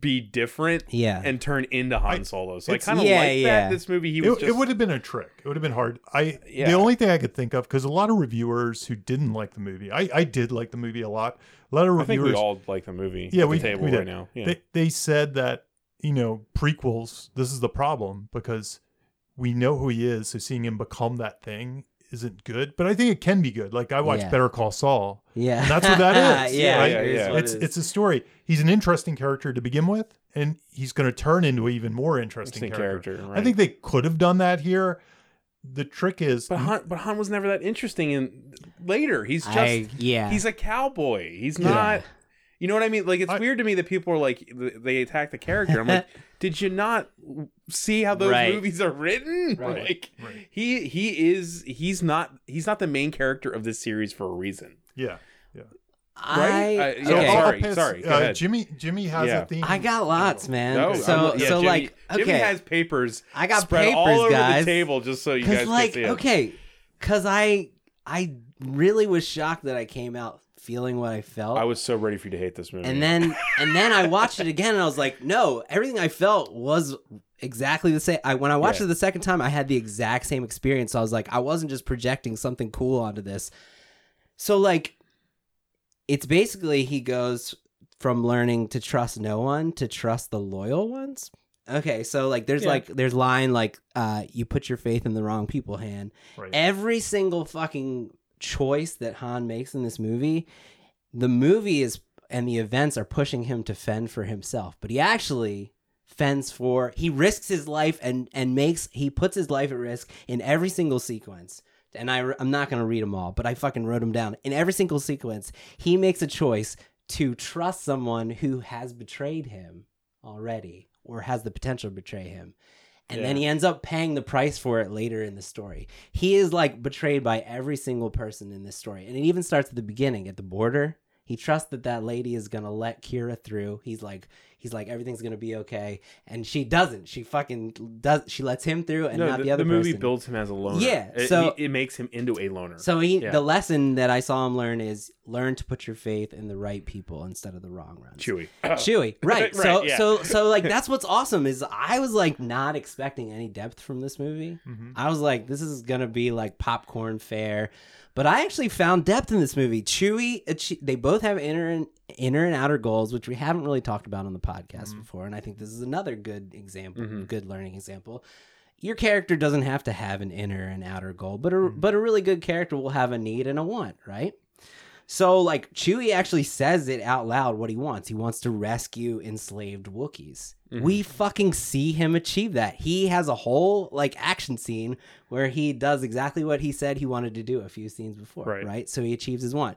S2: be different
S3: Yeah.
S2: and turn into Han
S4: I-
S2: Solo. So I
S4: it's-
S2: kind of
S3: Yeah,
S2: like
S3: yeah.
S2: that. This movie he
S4: It,
S2: was just
S4: it would have been a trick. It would have been hard. I
S2: Yeah.
S4: the only thing I could think of because a lot of reviewers who didn't like the movie, I, I did like the movie a lot. A lot of
S2: I think
S4: reviewers
S2: we all like the movie.
S4: Yeah,
S2: at
S4: we-
S2: the table
S4: we
S2: right
S4: did.
S2: now. Yeah.
S4: they, they said that you know prequels this is the problem because we know who he is so seeing him become that thing isn't good, but I think it can be good. Like I watch
S3: Yeah.
S4: Better Call Saul.
S3: Yeah,
S4: And that's what that is,
S3: yeah,
S2: right?
S3: it is
S2: Yeah.
S3: what it
S4: it's
S3: is.
S4: it's a story. He's an interesting character to begin with, and he's going to turn into an even more interesting
S2: Interesting
S4: character.
S2: character.
S4: I think they could have done that here. The trick is,
S2: but Han, but Han was never that interesting. And later, he's just
S3: I, yeah.
S2: he's a cowboy. He's
S3: Yeah.
S2: not. You know what I mean? Like it's
S4: I-
S2: weird to me that people are like th- they attack the character. I'm like, did you not see how those
S3: Right.
S2: movies are written?
S3: Right.
S2: Like
S4: Right.
S2: he he is he's not he's not the main character of this series for a reason.
S4: yeah.
S3: I,
S2: right? I- yeah,
S4: So
S3: okay.
S4: I'll- I'll
S2: sorry,
S4: pass-
S2: sorry, go
S4: Uh,
S2: ahead.
S4: Jimmy Jimmy has
S2: Yeah.
S4: a theme.
S3: I got lots, man.
S2: No,
S3: so
S2: I'm- yeah,
S3: so
S2: Jimmy-
S3: like okay,
S2: Jimmy has papers
S3: I got
S2: spread
S3: papers,
S2: all over
S3: guys.
S2: the table just so you guys
S3: Cause like
S2: can see it.
S3: okay, cause I I really was shocked that I came out feeling what I felt.
S2: I was so ready for you to hate this movie.
S3: and then and then I watched it again and I was like, no, everything I felt was exactly the same. I when I watched
S2: Yeah.
S3: it the second time, I had the exact same experience. So I was like, I wasn't just projecting something cool onto this. So like it's basically he goes from learning to trust no one to trust the loyal ones. Okay, so like there's
S2: Yeah.
S3: like there's line like uh you put your faith in the wrong people hand
S4: right.
S3: every single fucking choice that Han makes in this movie, the movie is and the events are pushing him to fend for himself, but he actually fends for he risks his life and and makes he puts his life at risk in every single sequence. And I I'm not going to read them all, but I fucking wrote them down. In every single sequence, he makes a choice to trust someone who has betrayed him already or has the potential to betray him. And then
S2: Yeah.
S3: he ends up paying the price for it later in the story. He is like betrayed by every single person in this story. And it even starts at the beginning at the border. He trusts that that lady is going to let Kira through. He's like he's like everything's going to be okay and she doesn't. She fucking does she lets him through and
S2: no,
S3: not
S2: the,
S3: the, other
S2: the movie
S3: person.
S2: builds him as a loner.
S3: Yeah,
S2: It-
S3: so-
S2: he- it makes him into a loner.
S3: So he,
S2: Yeah.
S3: the lesson that I saw him learn is learn to put your faith in the right people instead of the wrong ones.
S2: Chewy.
S3: Chewy, right?
S2: Oh. Right,
S3: so,
S2: yeah.
S3: so, so, like that's what's awesome is I was like not expecting any depth from this movie.
S4: hmm
S3: I was like, this is gonna be like popcorn fare, but I actually found depth in this movie. Chewy, achi- they both have inner and inner and outer goals, which we haven't really talked about on the
S2: Mm-hmm.
S3: podcast
S4: Mhm.
S3: before, and I think this is another good example,
S2: Mhm.
S3: good learning example. Your character doesn't have to have an inner and outer goal, but a
S4: Mhm.
S3: but a really good character will have a need and a want, right? So like Chewie actually says it out loud what he wants. He wants to rescue enslaved Wookiees.
S2: Mhm.
S3: We fucking see him achieve that. He has a whole like action scene where he does exactly what he said he wanted to do a few scenes before, right?
S2: Right.
S3: So he achieves his want.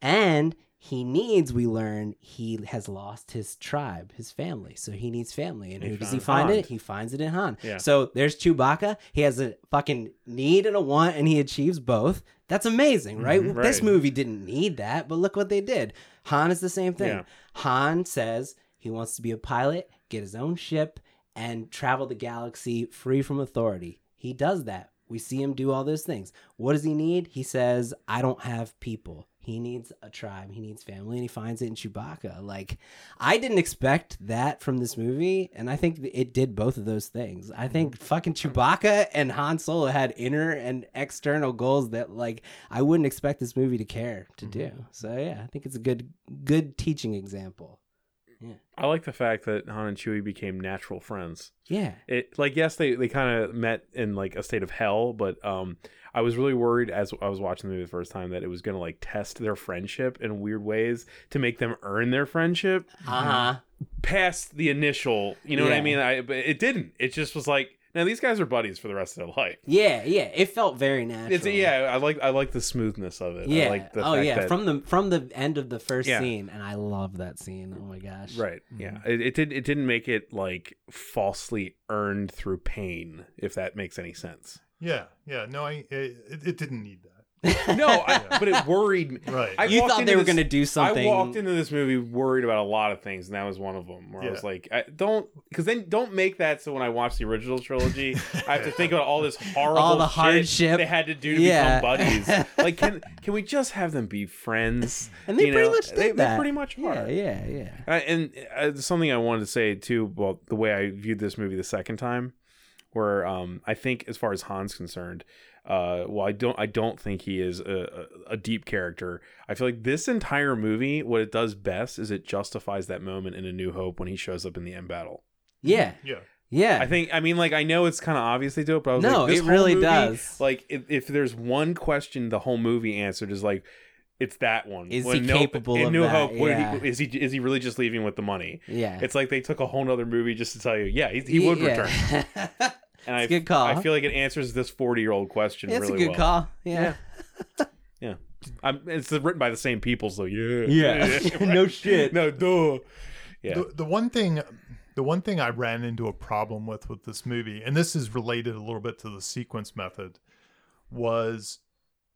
S3: And he needs, we learn, he has lost his tribe, his family. So he needs family. And
S2: He
S3: who does he
S2: found
S3: find
S2: Han.
S3: it? He finds it in Han.
S2: Yeah.
S3: So there's Chewbacca. He has a fucking need and a want, and he achieves both. That's amazing, right?
S4: Mhm,
S3: This
S2: Mm-hmm. right.
S3: movie didn't need that, but look what they did. Han is the same thing.
S2: Yeah.
S3: Han says he wants to be a pilot, get his own ship, and travel the galaxy free from authority. He does that. We see him do all those things. What does he need? He says, I don't have people. He needs a tribe. He needs family, and he finds it in Chewbacca. Like, I didn't expect that from this movie, and I think th- it did both of those things. I think fucking Chewbacca and Han Solo had inner and external goals that like I wouldn't expect this movie to care to do.
S2: Mm-hmm.
S3: So yeah, I think it's a good good teaching example.
S2: I like the fact that Han and Chewie became natural friends.
S3: Yeah.
S2: It like yes, they they kind of met in like a state of hell, but um, I was really worried as I was watching the movie the first time that it was gonna like test their friendship in weird ways to make them earn their friendship Uh-huh.
S3: Uh huh.
S2: past the initial. You know what
S3: Yeah.
S2: I mean? I but it didn't. It just was like now these guys are buddies for the rest of their life.
S3: Yeah, yeah. It felt very natural.
S2: It's yeah, I like I like the smoothness of it.
S3: Yeah.
S2: I like the
S3: oh
S2: fact
S3: yeah.
S2: that-
S3: From the from the end of the first
S2: Yeah.
S3: scene, and I love that scene. Oh my gosh.
S2: Right. Yeah. It, it did. It didn't make it like falsely earned through pain, if that makes any sense.
S4: Yeah, yeah. No, I it, it didn't need that.
S2: No, I, but it worried me.
S4: Right.
S2: I
S3: you
S2: walked
S3: thought
S2: into
S3: they were
S2: this-
S3: going to do something.
S2: I walked into this movie worried about a lot of things, and that was one of them. Where I was
S4: Yeah.
S2: like, I, "Don't," because then don't make that. So when I watch the original trilogy, I have to think about all this horrible,
S3: All the
S2: shit
S3: hardship.
S2: they had to do to
S3: Yeah.
S2: become buddies. Like, can can we just have them be friends?
S3: and they
S2: You
S3: pretty
S2: know,
S3: much did
S2: they,
S3: that.
S2: They pretty much
S3: Yeah,
S2: are.
S3: yeah, yeah.
S2: Uh, and uh, something I wanted to say too about the way I viewed this movie the second time, where um, I think as far as Han's concerned, uh, well, I don't, I don't think he is a, a, a deep character. I feel like this entire movie, what it does best is it justifies that moment in A New Hope when he shows up in the end battle.
S3: Yeah.
S4: Yeah,
S3: Yeah.
S2: Mm-hmm. I think I mean like I know it's kind of obvious they do it, but I was
S3: No,
S2: like, this
S3: it
S2: whole
S3: really
S2: movie,
S3: does.
S2: Like if, if there's one question the whole movie answered is like it's that one.
S3: Is
S2: When
S3: he
S2: No-
S3: capable
S2: in
S3: of
S2: New
S3: that?
S2: Hope? what did he-
S3: Yeah.
S2: is he is he really just leaving with the money?
S3: yeah.
S2: It's like they took a whole nother movie just to tell you, yeah, he, he would return.
S3: return.
S2: And
S3: It's
S2: I,
S3: a good call.
S2: I feel like it answers this forty year old question
S3: It's
S2: really
S3: a
S2: well.
S3: good call. Yeah.
S2: I'm, it's written by the same people, so yeah,
S3: no shit.
S2: no, duh. Yeah.
S4: The, the one thing the one thing I ran into a problem with with this movie, and this is related a little bit to the sequence method, was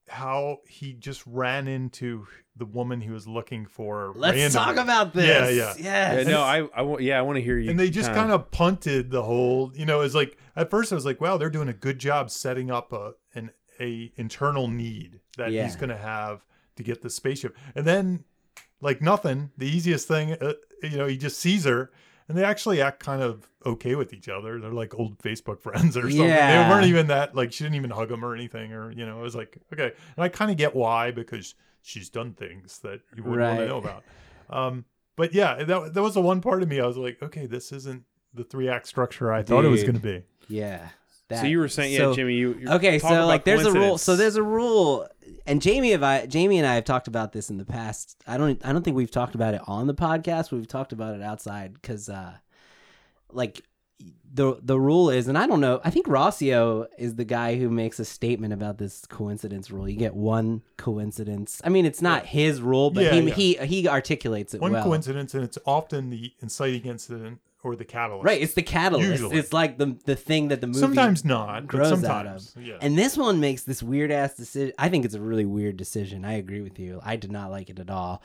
S4: how he just ran into the woman he was looking for.
S3: Let's
S4: randomly.
S3: talk about this.
S4: Yeah, yeah.
S2: Yeah,
S3: Yes.
S2: no, I, I, wa- yeah, I want to hear you.
S4: And they just
S2: kinda-
S4: kind of punted the whole, you know, it's like at first I was like, wow, they're doing a good job setting up a an a internal need that he's
S3: Yeah.
S4: going to have to get the spaceship. And then like nothing, the easiest thing, uh, you know, he just sees her and they actually act kind of okay with each other. They're like old Facebook friends or something.
S3: Yeah.
S4: They weren't even that like she didn't even hug him or anything or you know, it was like okay. And I kind of get why because she's done things that you wouldn't want
S3: Right.
S4: to know about. Um, but yeah, that that was the one part of me. I was like, okay, this isn't the three act structure I thought it was going
S3: Dude.
S4: to be.
S3: Yeah.
S2: So
S3: That-
S2: you were saying, yeah,
S3: so-
S2: Jimmy, you you
S3: Okay,
S2: talk
S3: so
S2: about
S3: like there's a rule.
S2: coincidence.
S3: So there's a rule, and Jamie of I, Jamie and I have talked about this in the past. I don't, I don't think we've talked about it on the podcast. We've talked about it outside because, uh, like the the rule is, and I don't know. I think Rossio is the guy who makes a statement about this coincidence rule. You get one coincidence. I mean, it's not his rule, but
S4: Yeah,
S3: he,
S4: yeah.
S3: he he articulates it
S4: One
S3: well.
S4: coincidence, and it's often the inciting incident or the catalyst.
S3: Right, it's the catalyst.
S4: Usually.
S3: It's like the the thing that the movie
S4: sometimes not, but
S3: grows out
S4: sometimes. Yeah.
S3: And this one makes this weird ass decision. I think it's a really weird decision. I agree with you. I did not like it at all.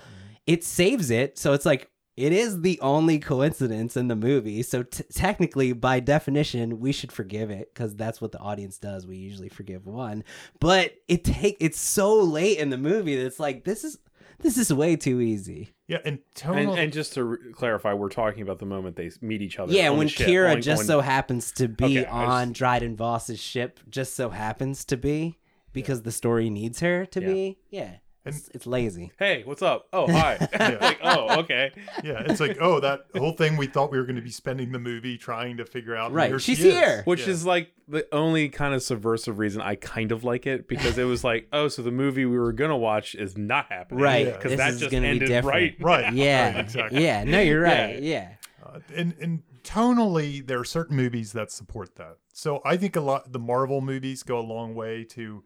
S3: It saves it. So it's like, it is the only coincidence in the movie. So t- technically, by definition, we should forgive it because that's what the audience does. We usually forgive one. But it take it's so late in the movie that it's like, this is this is way too easy.
S4: yeah, and
S2: and,
S4: tonal.
S2: and just to re- clarify, we're talking about the moment they s- meet each other.
S3: Yeah,
S2: on the
S3: when
S2: ship,
S3: Kira
S2: on-
S3: just
S2: on-
S3: so happens to be
S2: Okay, I
S3: on Dryden Voss's ship, just so happens to be because the story needs her to
S2: Yeah.
S3: be. Yeah, it's, it's lazy.
S2: Hey, what's up? Oh, hi. like, oh, okay.
S4: yeah, it's like oh, that whole thing we thought we were going to be spending the movie trying to figure out. and
S3: Right,
S4: here
S3: she's
S4: she is.
S3: here.
S2: Which
S4: Yeah.
S2: is like the only kind of subversive reason I kind of like it because it was like, oh, so the movie we were gonna watch is not happening,
S3: Right,
S4: Yeah.
S2: Because
S3: this
S2: that
S3: is
S2: just
S3: gonna be
S2: ended
S3: different.
S2: right.
S4: right.
S3: Yeah,
S4: Right, exactly.
S3: yeah. No, you're
S2: Yeah.
S3: right. Yeah,
S4: Uh, and and tonally, there are certain movies that support that. So I think a lot the Marvel movies go a long way to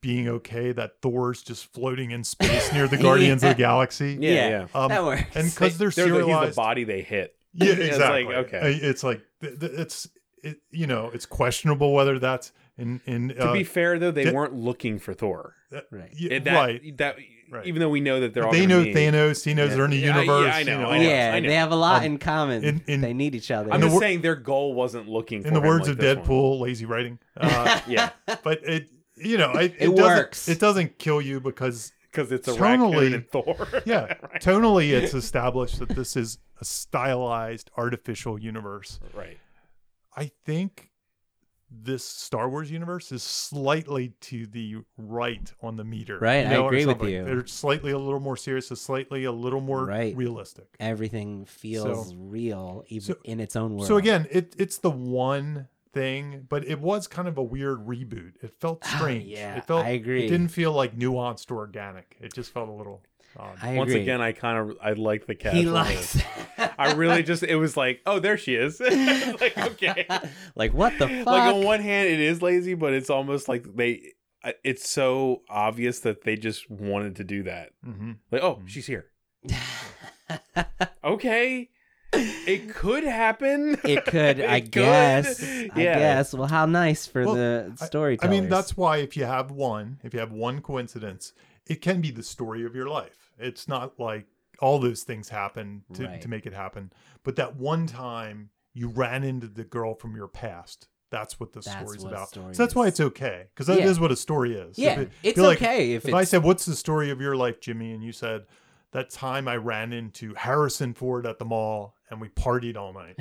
S4: being okay that Thor's just floating in space near the Guardians of the Galaxy.
S2: Yeah, yeah.
S4: Um,
S3: that works.
S4: And because they're
S2: They're the, he's the
S4: serialized,
S2: body they hit.
S4: yeah,
S2: It's
S4: exactly.
S2: like, okay.
S4: Uh, it's like th- th- it's it, you know it's questionable whether that's in in
S2: To
S4: uh,
S2: be fair though, they
S4: that-
S2: weren't looking for Thor.
S3: right.
S4: yeah,
S2: That,
S4: right.
S2: That
S4: Right.
S2: even though we know that they're all
S4: They
S2: gonna
S4: know
S2: meet.
S4: Thanos. He knows
S2: Yeah.
S4: they're in the
S2: Yeah, I- yeah,
S4: universe.
S2: I know,
S4: You know,
S2: I know.
S3: yeah, they have a lot
S4: Um,
S3: in common.
S4: in- in-
S3: they need each other.
S2: I'm
S4: the
S2: just
S4: wor-
S2: saying their goal wasn't looking. For
S4: In the
S2: him
S4: words
S2: like
S4: of
S2: this one.
S4: Deadpool, lazy writing. Uh,
S2: yeah,
S4: but it you know it,
S3: It
S4: doesn't-
S3: works.
S4: It doesn't kill you because
S2: because it's a raccoon
S4: Tonally-
S2: and Thor.
S4: yeah, tonally it's established that this is a stylized artificial universe.
S2: right.
S4: I think this Star Wars universe is slightly to the right on the meter.
S3: Right, I
S4: or
S3: agree with
S4: something.
S3: you.
S4: They're slightly a little more serious, and slightly a little more
S3: Right.
S4: realistic.
S3: Everything feels
S4: So-
S3: real, even
S4: so-
S3: in its own world.
S4: So again, it it's the one thing, but it was kind of a weird reboot. It felt
S3: Ah,
S4: strange.
S3: yeah,
S4: it felt
S3: I agree.
S4: It didn't feel like nuanced or organic. It just felt a little odd.
S3: I
S2: Once
S3: agree.
S2: again, I kind of I like the cat.
S3: he likes.
S2: I really just it was like, oh, there she is. like okay.
S3: like what the fuck?
S2: Like on one hand, it is lazy, but it's almost like they. I- It's so obvious that they just wanted to do that.
S4: Mhm.
S2: Like,
S3: Mm.
S2: oh, she's here. Okay, it could happen.
S3: it could, I
S2: It could.
S3: guess. I
S2: Yeah.
S3: guess. Well, how nice for
S4: Well,
S3: the
S4: I- I
S3: storytellers.
S4: mean, that's why if you have one, if you have one coincidence, it can be the story of your life. It's not like all those things happen to,
S3: Right.
S4: to make it happen. But that one time you ran into the girl from your past. That's what the
S3: That's
S4: story's
S3: what
S4: about.
S3: story
S4: so that's why
S3: is.
S4: it's okay. Because that is
S3: Yeah.
S4: what a story is.
S3: yeah.
S4: If it-
S3: it's
S4: be like,
S3: okay if,
S4: If,
S3: it's,
S4: I said, What's the story of your life, Jimmy? And you said, That time I ran into Harrison Ford at the mall and we partied all night.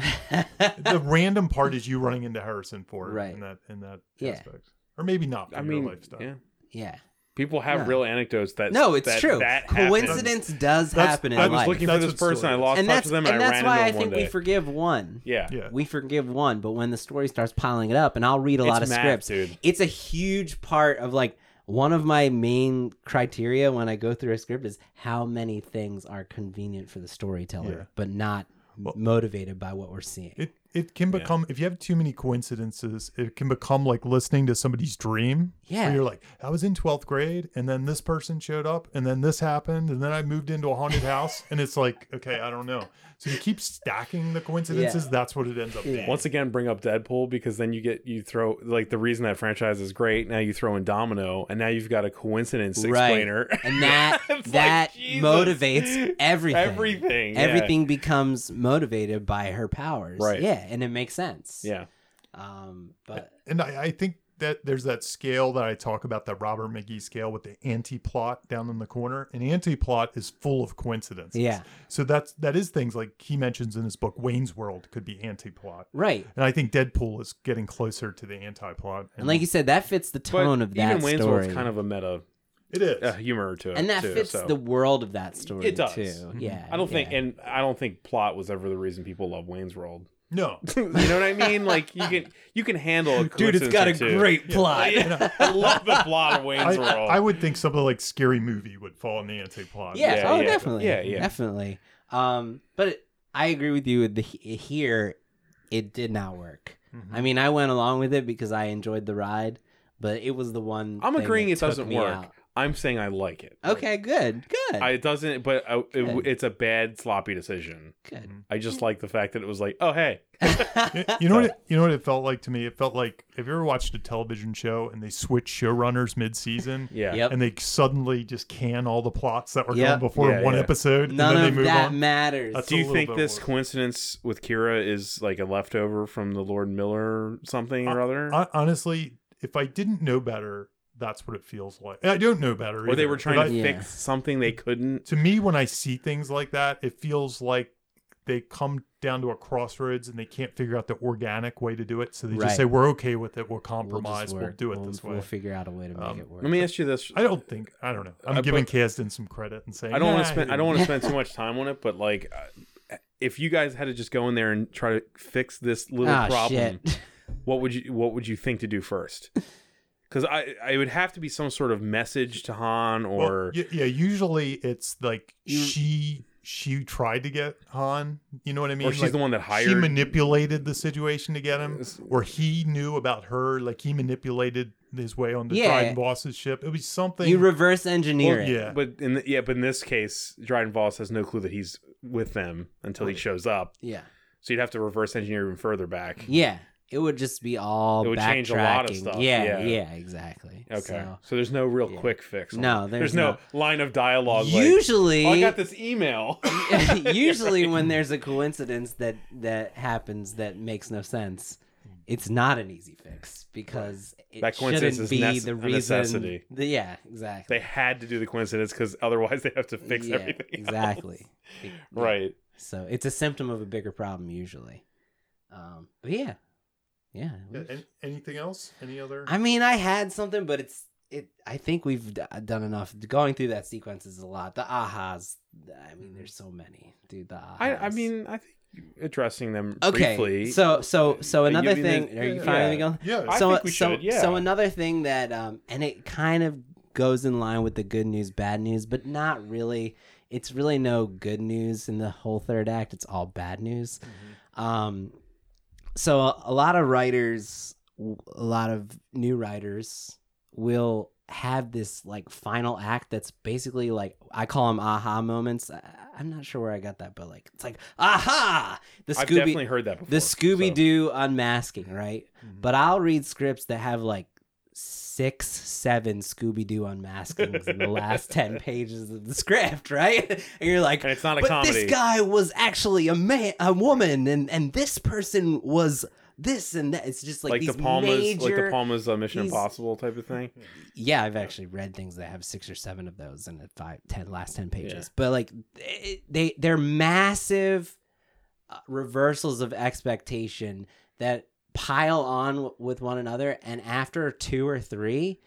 S4: the random part is you running into Harrison Ford
S3: Right.
S4: in that in that
S3: Yeah.
S4: aspect. Or maybe not.
S2: I
S4: in your
S2: mean,
S4: lifestyle.
S2: yeah.
S3: yeah,
S2: People have
S3: No.
S2: real anecdotes that
S3: No, it's
S2: that-
S3: true.
S2: That happened.
S3: Coincidence does
S4: That's-
S3: happen in
S2: I
S4: I was
S2: was
S4: Life.
S3: life,
S2: looking for
S4: That's
S2: this
S4: what story
S2: person.
S4: it
S2: I
S4: is.
S2: lost
S3: and
S2: touch
S3: that's
S2: with them,
S3: and,
S2: and, I
S3: that's
S2: ran
S3: why I
S2: into them
S3: think
S2: one
S3: we
S2: day.
S3: forgive one.
S2: yeah,
S4: Yeah.
S3: We forgive one, but when the story starts piling it up, and I'll read a lot of
S2: It's math,
S3: scripts,
S2: dude.
S3: it's a huge part of like one of my main criteria when I go through a script is how many things are convenient for the storyteller,
S4: Yeah.
S3: but not
S4: Well-
S3: motivated by what we're seeing.
S4: It it can
S2: Yeah.
S4: become if you have too many coincidences, it can become like listening to somebody's dream. where
S3: Yeah.
S4: you're like, I was in twelfth grade, and then this person showed up, and then this happened, and then I moved into a haunted house, and it's like, okay, I don't know. So you keep stacking the coincidences. That's what it ends up being.
S2: Once again, bring up Deadpool because then you get you throw like the reason that franchise is great. Now you throw in Domino, and now you've got a coincidence explainer.
S3: and that
S2: It's like,
S3: that
S2: Jesus.
S3: motivates everything.
S2: Everything, yeah.
S3: Everything becomes motivated by her powers.
S2: Right.
S3: Yeah, and it makes sense.
S2: yeah,
S3: Um, but
S4: And I, I think that there's that scale that I talk about, that Robert McGee scale with the anti-plot down in the corner. And anti-plot is full of coincidences.
S3: yeah,
S4: So that's that is things like he mentions in his book, Wayne's World could be anti-plot.
S3: right.
S4: And I think Deadpool is getting closer to the anti-plot.
S3: And like you said, that fits the
S2: but
S3: tone of that
S2: even Wayne's
S3: story.
S2: World's kind of a meta
S4: it is.
S2: uh, humor to it,
S3: and that
S2: too,
S3: fits
S2: so.
S3: the world of that story
S2: It does. Mm-hmm.
S3: too. Yeah.
S2: I don't think,
S3: yeah.
S2: and I don't think plot was ever the reason people love Wayne's World.
S4: no.
S2: you know what I mean? Like you can you can handle a
S3: Dude, it's
S2: coincidence
S3: got
S2: or
S3: a
S2: two.
S3: great plot.
S2: Yeah. I love the plot of Wayne's
S4: I,
S2: World.
S4: I would think something like Scary Movie would fall in the anti-plot.
S3: yeah,
S2: Yeah,
S3: oh
S2: yeah.
S3: definitely
S2: Yeah, yeah.
S3: definitely um but it, i agree with you with the he- here it did not work
S4: Mhm.
S2: Mm-hmm.
S3: i mean i went along with it because i enjoyed the ride but it was the one
S2: I'm
S3: thing
S2: agreeing
S3: that
S2: it
S3: took
S2: doesn't
S3: me
S2: work.
S3: out.
S2: I'm saying I like it.
S3: okay good good
S2: I it doesn't, but I, it,
S3: Good.
S2: it's a bad sloppy decision.
S4: Mm-hmm.
S3: good
S2: I just like the fact that it was like, oh hey,
S4: You- you know what it, you know what it felt like to me? It felt like have you ever watched a television show and they switch showrunners mid-season?
S2: yeah,
S3: Yep.
S4: and they suddenly just can all the plots that were
S3: Yeah.
S4: going before
S2: Yeah,
S4: one
S2: yeah.
S4: episode and
S3: none
S4: then they
S3: of
S4: move
S3: that
S4: on.
S3: matters
S4: That's-
S2: Do
S4: a
S2: you
S4: little
S2: think
S4: bit
S2: this
S4: more.
S2: coincidence with Kira is like a leftover from the Lord Miller something or other?
S4: Hon- Honestly, if I didn't know better, that's what it feels like. And I don't know better.
S2: or they
S4: either,
S2: were
S4: but
S2: trying to
S4: I-
S3: Yeah.
S2: fix something they couldn't?
S4: to me, when I see things like that, it feels like they come down to a crossroads and they can't figure out the organic way to do it. So they
S3: Right.
S4: just say, "We're okay with it. We'll
S3: We'll just
S4: compromise. We'll,
S3: work-
S4: do it
S3: we'll-
S4: this way."
S3: we'll figure out a way to make
S4: Um,
S3: it work
S2: Let me ask you this.
S4: I don't think. I don't know. I'm
S2: Uh,
S4: giving
S2: but-
S4: Kasdan some credit and saying,
S2: I don't want
S4: "Nah,
S2: to spend. I
S4: he
S2: don't want to spend too much time on it, but like, uh, if you guys had to just go in there and try to fix this little
S3: Ah,
S2: problem,
S3: shit.
S2: what would you What would you think to do first? Because I, I would have to be some sort of message to Han
S4: Well,
S2: or
S4: y- yeah, usually it's like
S3: You-
S4: she she tried to get Han. You know what I mean?
S2: or she's
S4: Like,
S2: the one that hired.
S4: She manipulated the situation to get him,
S2: It's-
S4: or he knew about her. Like he manipulated his way on the
S3: Yeah.
S4: Dryden Boss's ship. It was something.
S3: you reverse engineer
S4: Well,
S3: it
S4: yeah,
S2: but in the, yeah, but in this case, Dryden Voss has no clue that he's with them until he shows up.
S3: yeah
S2: So you'd have to reverse engineer even further back.
S3: yeah it would just be all
S2: It would change a lot of
S3: backtracking.
S2: stuff.
S3: yeah
S2: Yeah.
S3: yeah exactly
S2: Okay,
S3: So-
S2: so, there's no real
S3: yeah.
S2: quick fix. on
S3: No,
S2: it.
S3: there's
S2: no, line of dialogue. like,
S3: usually
S2: "Oh, I got this email.
S3: usually when there's a coincidence that that happens that makes no sense it's not an easy fix because it
S2: That coincidence
S3: shouldn't
S2: is
S3: be
S2: nece-
S3: the
S2: a
S3: reason
S2: necessity.
S3: the- yeah exactly
S2: they had to do the coincidence because otherwise they have to fix
S3: Yeah,
S2: everything. else.
S3: exactly It-
S2: Right.
S3: so it's a symptom of a bigger problem usually um but yeah yeah
S4: Yeah, an- anything else? Any other?
S3: i mean i had something but it's it i think we've d- done enough going through that sequence is a lot the ahas i mean there's so many dude the ahas.
S2: Mm-hmm. I, I mean, I think addressing them
S3: okay
S2: briefly.
S3: so so so
S2: Uh,
S3: another
S2: you mean
S3: thing
S2: the-
S3: are you
S2: yeah.
S3: finally going
S4: yeah,
S2: I
S3: so
S2: think we
S3: so
S2: should, yeah.
S3: so another thing that um and it kind of goes in line with the good news bad news but not really it's really no good news in the whole third act it's all bad news
S2: Mm-hmm.
S3: um so a, a lot of writers w- a lot of new writers will have this like final act that's basically like I call them aha moments. I, I'm not sure where I got that, but like it's like aha the
S2: I've
S3: Scooby
S2: definitely heard that before.
S3: the Scooby
S2: so- Mm-hmm.
S3: Doo unmasking, right?
S4: Mhm.
S3: But I'll read scripts that have like six, seven Scooby Doo unmaskings in the last 10 pages of the script, right? And you're like,
S2: and it's not a
S3: but
S2: comedy.
S3: this guy was actually a man, a woman, and, and this person was this and that. It's just like,
S2: like
S3: these
S2: the Palmas, like
S3: major-
S2: the Palmas uh, Mission
S3: these-
S2: Impossible type of thing.
S3: yeah, I've actually read things that have six or seven of those in the five, ten last ten pages.
S2: Yeah.
S3: But like it- they they're massive uh, reversals of expectation that pile on w- with one another, and after two or three,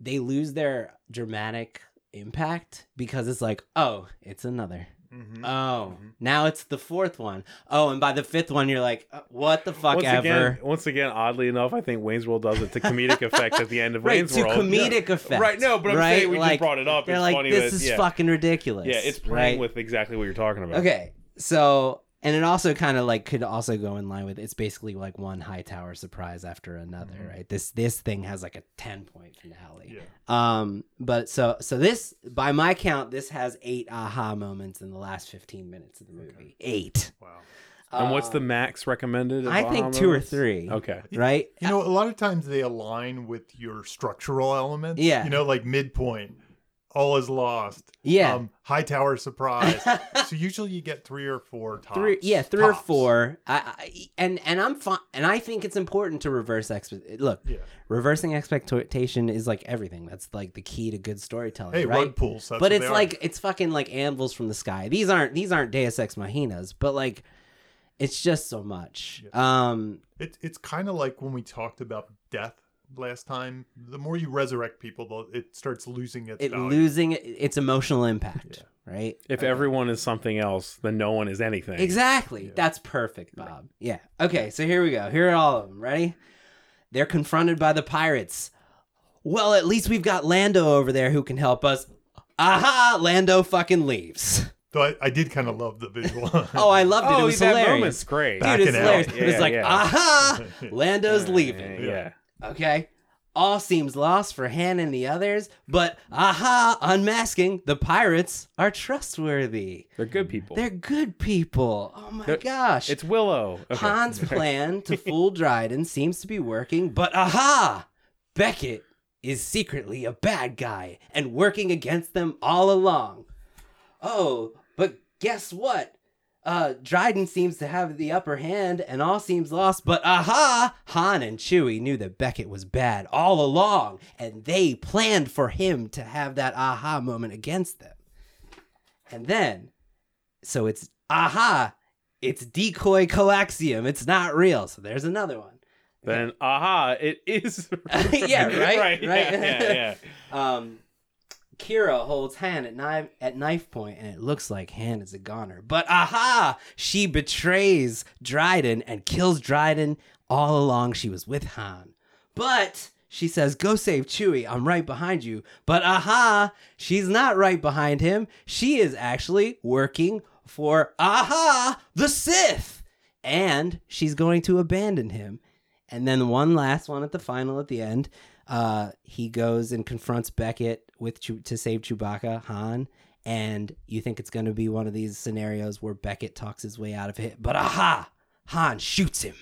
S3: they lose their dramatic impact because it's like, oh, it's another.
S4: Mm-hmm.
S3: Oh,
S2: Mhm.
S3: now it's the fourth one. Oh, and by the fifth one, you're like, uh, what the fuck
S2: once
S3: ever?
S2: again, once again, oddly enough, I think Wayne's World does it to comedic effect at the end of
S3: right,
S2: Wayne's
S3: to
S2: World.
S3: comedic effect.
S2: Right, no, but I'm
S3: right?
S2: saying we just
S3: like,
S2: brought it up.
S3: They're
S2: It's
S3: like,
S2: funny
S3: this
S2: that-
S3: is
S2: yeah.
S3: fucking ridiculous.
S2: yeah, it's playing
S3: right?
S2: with exactly what you're talking about.
S3: Okay, so and it also kind of like could also go in line with it's basically like one high tower surprise after another,
S2: Mm-hmm.
S4: Mhm.
S3: right? This this thing has like a ten point finale.
S4: Yeah.
S3: Um, but so so this by my count, this has eight aha moments in the last fifteen minutes of the movie. Eight.
S4: Wow.
S2: And what's the
S3: Uh,
S2: max recommended? of
S3: I think
S2: Bahamut?
S3: two or three.
S2: Okay.
S3: Right?
S4: You know, a lot of times they align with your structural elements.
S3: Yeah.
S4: You know, like midpoint, all is lost.
S3: Yeah.
S4: Um, high tower surprise. so usually you get three or four tops.
S3: three yeah three or
S4: Tops.
S3: four I, I and and i'm fine and i think it's important to reverse expect look
S4: Yeah.
S3: reversing expectation is like everything that's like the key to good storytelling
S4: Hey,
S3: right
S4: rug pulls.
S3: but
S4: That's what
S3: it's
S4: they are.
S3: like it's fucking like anvils from the sky these aren't these aren't deus ex machinas but like it's just so much um
S4: It, it's kind of like when we talked about death last time. The more you resurrect people, the, it starts losing its
S3: it
S4: value.
S3: losing its emotional impact right
S2: If everyone is something else, then no one is anything.
S3: Uh, Exactly. That's perfect, Bob. Yeah. Okay, so here we go. Here are all of them. Ready? They're confronted by the pirates. Well, at least we've got Lando over there who can help us. Aha! Lando fucking leaves.
S4: Though I, I did kind of love the visual.
S3: Oh, I loved it. it
S2: Oh,
S3: was
S2: that moment's
S3: hilarious.
S2: great.
S4: Back-
S3: Dude, it's
S4: Backing out.
S3: hilarious. it's
S2: Yeah,
S3: like,
S2: yeah.
S3: aha! Lando's
S2: Yeah,
S3: leaving.
S2: Yeah.
S3: Okay? All seems lost for Han and the others, but aha! Unmasking, the pirates are trustworthy.
S2: They're good people.
S3: They're good people. Oh my
S2: They're-
S3: gosh.
S2: it's Willow. Okay.
S3: Han's plan to fool Dryden seems to be working, but aha! Beckett is secretly a bad guy and working against them all along. Oh, but guess what? Uh, Dryden seems to have the upper hand and all seems lost, but aha! Han and Chewie knew that Beckett was bad all along, and they planned for him to have that aha moment against them. And then, so it's aha, it's decoy coaxium, it's not real. So there's another one.
S2: Then, aha, it is.
S3: Yeah, right,
S2: right.
S3: right.
S2: Yeah, yeah, yeah.
S3: Um, Kira holds Han at knife at knife point, and it looks like Han is a goner. But aha, she betrays Dryden and kills Dryden. All along, she was with Han, but she says, "Go save Chewie. I'm right behind you." But aha, she's not right behind him. She is actually working for aha the Sith, and she's going to abandon him. And then one last one at the final at the end. Uh, he goes and confronts Beckett with Chew- to save Chewbacca, Han. And you think it's going to be one of these scenarios where Beckett talks his way out of it, but aha, Han shoots him.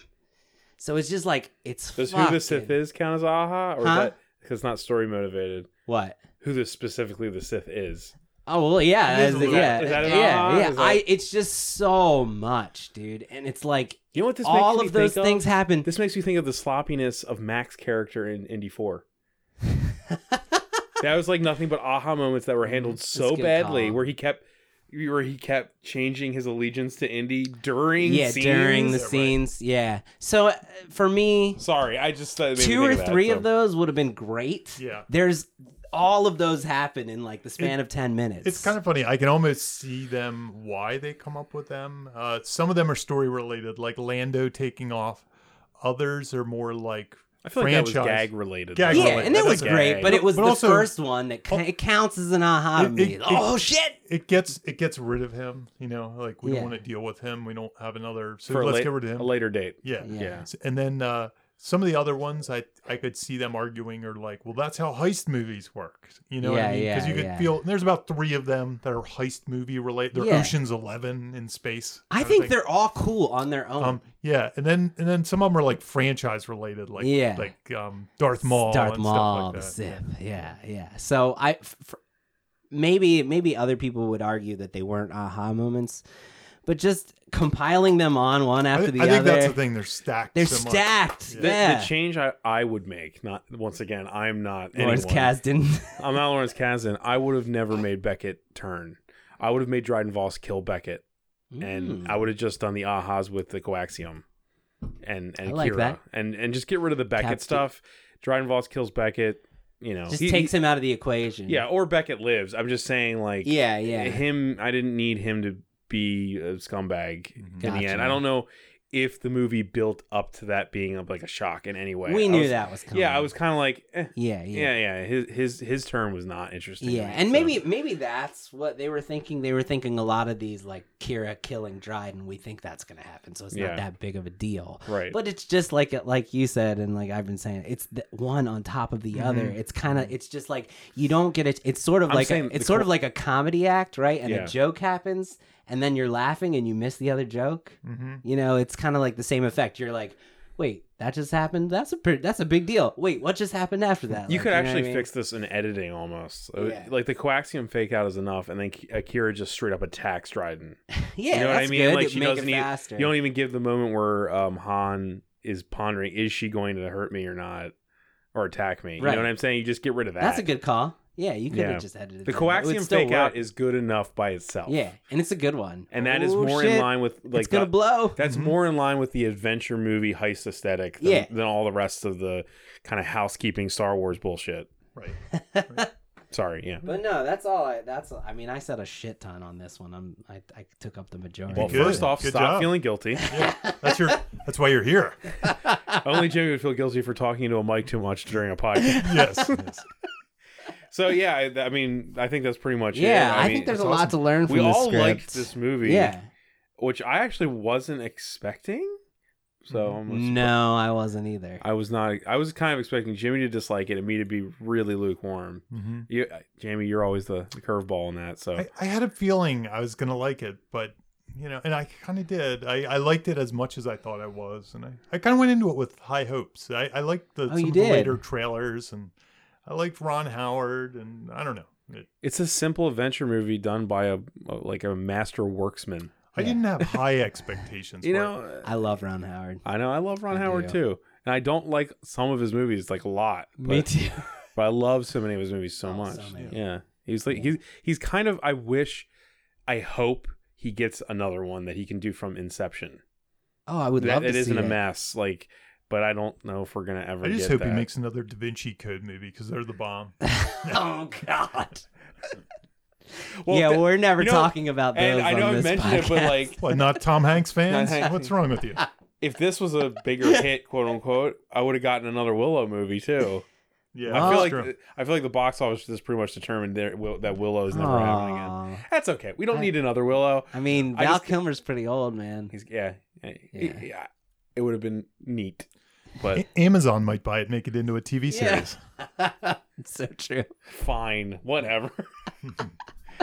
S3: So it's just like it's
S2: Does
S3: fucking,
S2: who the Sith is count as aha? Or
S3: Huh?
S2: is that. Because it's not story motivated.
S3: What?
S2: Who the specifically the Sith is.
S3: Oh well, yeah,
S4: It is
S3: that's-
S4: a little-
S3: yeah,
S2: is that an
S3: yeah,
S2: aha?
S3: yeah.
S2: Is that-
S3: I it's just so much, dude, and it's like
S2: You know what this makes
S3: all
S2: me
S3: of those
S2: think
S3: things happen.
S2: This makes me think of the sloppiness of Mac's character in Indy 4. that was like nothing but aha moments that were handled
S3: That's a
S2: so
S3: good
S2: badly
S3: call.
S2: where he kept where he kept changing his allegiance to Indy during
S3: yeah,
S2: scenes.
S3: during the
S4: Yeah, right.
S3: scenes, yeah. So uh, for me,
S2: Sorry, I just that made me
S3: two
S2: think
S3: or
S2: of that,
S3: three
S2: so.
S3: of those would have been great.
S4: Yeah.
S3: There's all of those happen in like the span of 10 minutes.
S4: It's kind of funny. I can almost see them why they come up with them. Uh, some of them are story related, like Lando taking off. Others are more like
S2: I feel
S4: franchise.
S2: like that was gag related.
S4: Gag
S2: though.
S3: yeah,
S4: relate.
S3: and it
S4: That
S3: was
S4: doesn't-
S3: great, but it was
S4: But
S3: the
S4: also-
S3: first one that ca- it counts as an aha to
S4: It-
S3: me.
S4: it-
S3: oh shit!
S4: It gets it gets rid of him. You know, like we
S3: Yeah.
S4: don't want to deal with him. We don't have another. So
S2: for a,
S4: let's
S2: la-
S4: get rid of him.
S2: a later date.
S4: yeah.
S3: Yeah.
S2: Yeah.
S4: S- And then uh, some of the other ones I I could see them arguing are like, well, that's how heist movies work. You
S3: Yeah,
S4: know what I mean? Because
S3: yeah,
S4: you could
S3: yeah.
S4: feel there's about three of them that are heist movie related. They're
S3: Yeah.
S4: Ocean's Eleven in space.
S3: I
S4: kinda
S3: think
S4: thing.
S3: they're all cool on their own.
S4: Um, yeah, and then and then some of them are like franchise related, like
S3: Yeah.
S4: like um, Darth Maul,
S3: Darth
S4: and
S3: Maul, the
S4: stuff like
S3: Sith. Yeah, yeah. So I, f- f- maybe maybe other people would argue that they weren't aha moments, but just compiling them on one
S4: that. I,
S3: after
S4: thi-
S3: the
S4: I
S3: other,
S4: think that's the thing. They're stacked.
S3: they're
S4: so much.
S3: stacked.
S4: Yeah.
S2: The,
S3: Yeah,
S2: the change I, I would make, not once again, I'm not
S3: Lawrence
S2: anyone.
S3: Kasdan.
S2: I'm not Lawrence Kasdan. I would have never made Beckett turn. I would have made Dryden Voss kill Beckett,
S3: Mm.
S2: and
S3: Hmm.
S2: I would have just done the ahas with the coaxium, and and
S3: I like
S2: Kira,
S3: that.
S2: and and just get rid of the Beckett
S3: Captain-
S2: stuff. Dryden Voss kills Beckett. you know,
S3: Just
S2: he-
S3: takes
S2: he-
S3: him out of the equation.
S2: Yeah, or Beckett lives. I'm just saying, like,
S3: Yeah, yeah.
S2: him. I didn't need him to be a scumbag in
S3: Gotcha.
S2: the end. I don't know if the movie built up to that being of like a shock in any way.
S3: We
S2: I
S3: knew
S2: was-
S3: that was coming.
S2: Yeah, I was kind of like, eh,
S3: Yeah, yeah.
S2: yeah. yeah, His his his turn was not interesting. to
S3: Yeah,
S2: me,
S3: and
S2: so.
S3: maybe maybe that's what they were thinking. They were thinking a lot of these like Kira killing Dryden. We think that's going to happen, so it's
S2: Yeah.
S3: not that big of a deal.
S2: right.
S3: But it's just like like you said, and like I've been saying, it's the one on top of the other. It's kind of it's just like you don't get it. It's sort of
S2: Mm-hmm. I'm
S3: like a,
S2: saying
S3: it's
S2: the
S3: sort
S2: co-
S3: of like a comedy act, right? And
S2: Yeah.
S3: a joke happens, and then you're laughing and you miss the other joke.
S4: Mm-hmm.
S3: You know, it's kind of like the same effect. You're like, wait, that just happened. That's a pretty, that's a big deal. Wait, what just happened after that?
S2: you
S3: Like,
S2: could
S3: know what I
S2: actually
S3: mean?
S2: fix this in editing almost. Uh,
S3: Yeah.
S2: Like the coaxium fake out is enough, and then Ki- Akira just straight up attacks Dryden.
S3: Yeah,
S2: know what I
S3: that's
S2: mean?
S3: good.
S2: Like,
S3: It
S2: she
S3: make
S2: doesn't
S3: it
S2: need-
S3: faster.
S2: You don't even give the moment where um, Han is pondering: is she going to hurt me or not, or attack me? You
S3: Right.
S2: know what I'm saying? You just get rid of that.
S3: That's a good call. Yeah, you could
S2: Yeah.
S3: have just edited
S2: The
S3: that. It would
S2: coaxium
S3: still
S2: fake out
S3: work.
S2: is good enough by itself.
S3: yeah, and it's a good one.
S2: and that is
S3: Oh,
S2: more in
S3: shit.
S2: line with like
S3: it's gonna
S2: the-
S3: blow.
S2: that's
S4: Mhm.
S2: more in line with the adventure movie heist aesthetic than,
S3: Mm-hmm. Yeah.
S2: than all the rest of the kind of housekeeping Star Wars bullshit.
S4: Right.
S2: Sorry, yeah.
S3: But no, that's all. I, that's all- I mean, I said a shit ton on this one. I'm I, I took up the majority.
S2: Well,
S4: Good.
S2: first off,
S4: Good
S2: stop
S4: job.
S2: feeling guilty.
S4: That's your. That's why you're here.
S2: Only Jimmy would feel guilty for talking to a mic too much during a podcast.
S4: Yes. yes.
S2: So yeah, I, I mean, I think that's pretty much it.
S3: yeah, I,
S2: mean,
S3: think there's a
S4: it's
S3: lot to learn from
S2: we
S3: this
S2: all
S3: script.
S2: liked this movie,
S3: Yeah.
S2: which I actually wasn't expecting. So I'm a surprise.
S3: No, I wasn't either.
S2: I was not. I was kind of expecting Jimmy to dislike it and me to be really lukewarm.
S4: Mm-hmm.
S2: You, Jamie, you're always the, the curveball in that. So
S4: I, I had a feeling I was gonna like it, but you know, and I kind of did. I, I liked it as much as I thought I was, and I, I kind of went into it with high hopes. I, I liked the
S3: Oh,
S4: some
S3: you
S4: of the
S3: did.
S4: later trailers, and I liked Ron Howard, and I don't know. It,
S2: it's a simple adventure movie done by a like a master worksman.
S4: I
S3: Yeah.
S4: didn't have high expectations.
S2: You
S4: for it.
S2: know,
S3: I love Ron Howard.
S2: I know I love Ron
S3: I
S2: Howard
S3: do.
S2: too, and I don't like some of his movies like a lot. But,
S3: too.
S2: but I love so many of his movies so
S3: Oh,
S2: much.
S3: so many.
S2: yeah, he's like
S3: Yeah.
S2: he's he's kind of. I wish, I hope he gets another one that he can do from Inception.
S3: Oh, I would love
S2: That
S3: to
S2: it
S3: see
S2: isn't
S3: it.
S2: a mess. Like, but I don't know if we're gonna ever.
S4: I just
S2: get
S4: hope
S2: that.
S4: he makes another Da Vinci Code movie because they're the bomb.
S3: oh God.
S2: Well,
S3: yeah,
S2: th-
S3: we're never
S2: you know,
S3: talking about those.
S2: And I know
S3: on
S2: I
S3: this
S2: mentioned it, but
S3: podcast.
S2: like,
S4: What? Not Tom Hanks fans?
S2: Hanks.
S4: What's wrong with you?
S2: if this was a bigger hit, quote unquote, I would have gotten another Willow movie too.
S3: Oh,
S4: Yeah,
S2: I feel
S4: that's
S2: like
S4: true.
S2: I feel like the box office just pretty much determined there, Will, that Willow is never happening again.
S3: Aw.
S2: That's okay. We don't need another Willow.
S3: I mean,
S2: I
S3: Val
S2: just-
S3: Kilmer's pretty old, man.
S2: He's yeah, yeah.
S3: Yeah.
S2: yeah. It would have been neat, but
S4: A- Amazon might buy it, and make it into a TV series.
S3: it's so true.
S2: fine, whatever.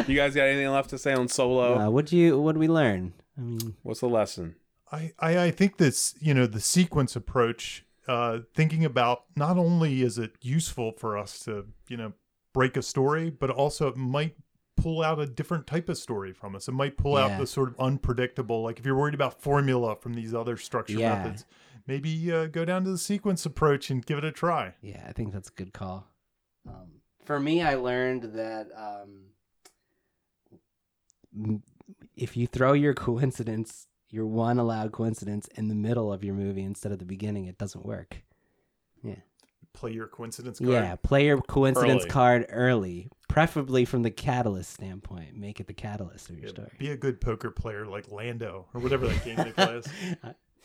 S2: you guys got anything left to say on Solo?
S3: Uh, what'd you? What'd we learn? I mean,
S2: What's the lesson?
S4: I, I, I think this, you know, the sequence approach, uh, thinking about not only is it useful for us to, you know, break a story, but also it might pull out a different type of story from us. It might pull
S3: Yeah.
S4: out the sort of unpredictable, like if you're worried about formula from these other structure
S3: Yeah.
S4: methods, maybe uh, go down to the sequence approach and give it a try.
S3: yeah, I think that's a good call. Um, for me, I learned that um, m- if you throw your coincidence, your one allowed coincidence, in the middle of your movie instead of the beginning, it doesn't work.
S4: Play your coincidence card.
S3: Yeah, play your coincidence
S2: Early.
S3: card early, preferably from the catalyst standpoint. Make it the catalyst of your
S4: Yeah,
S3: story.
S4: Be a good poker player like Lando or whatever that game they play. is.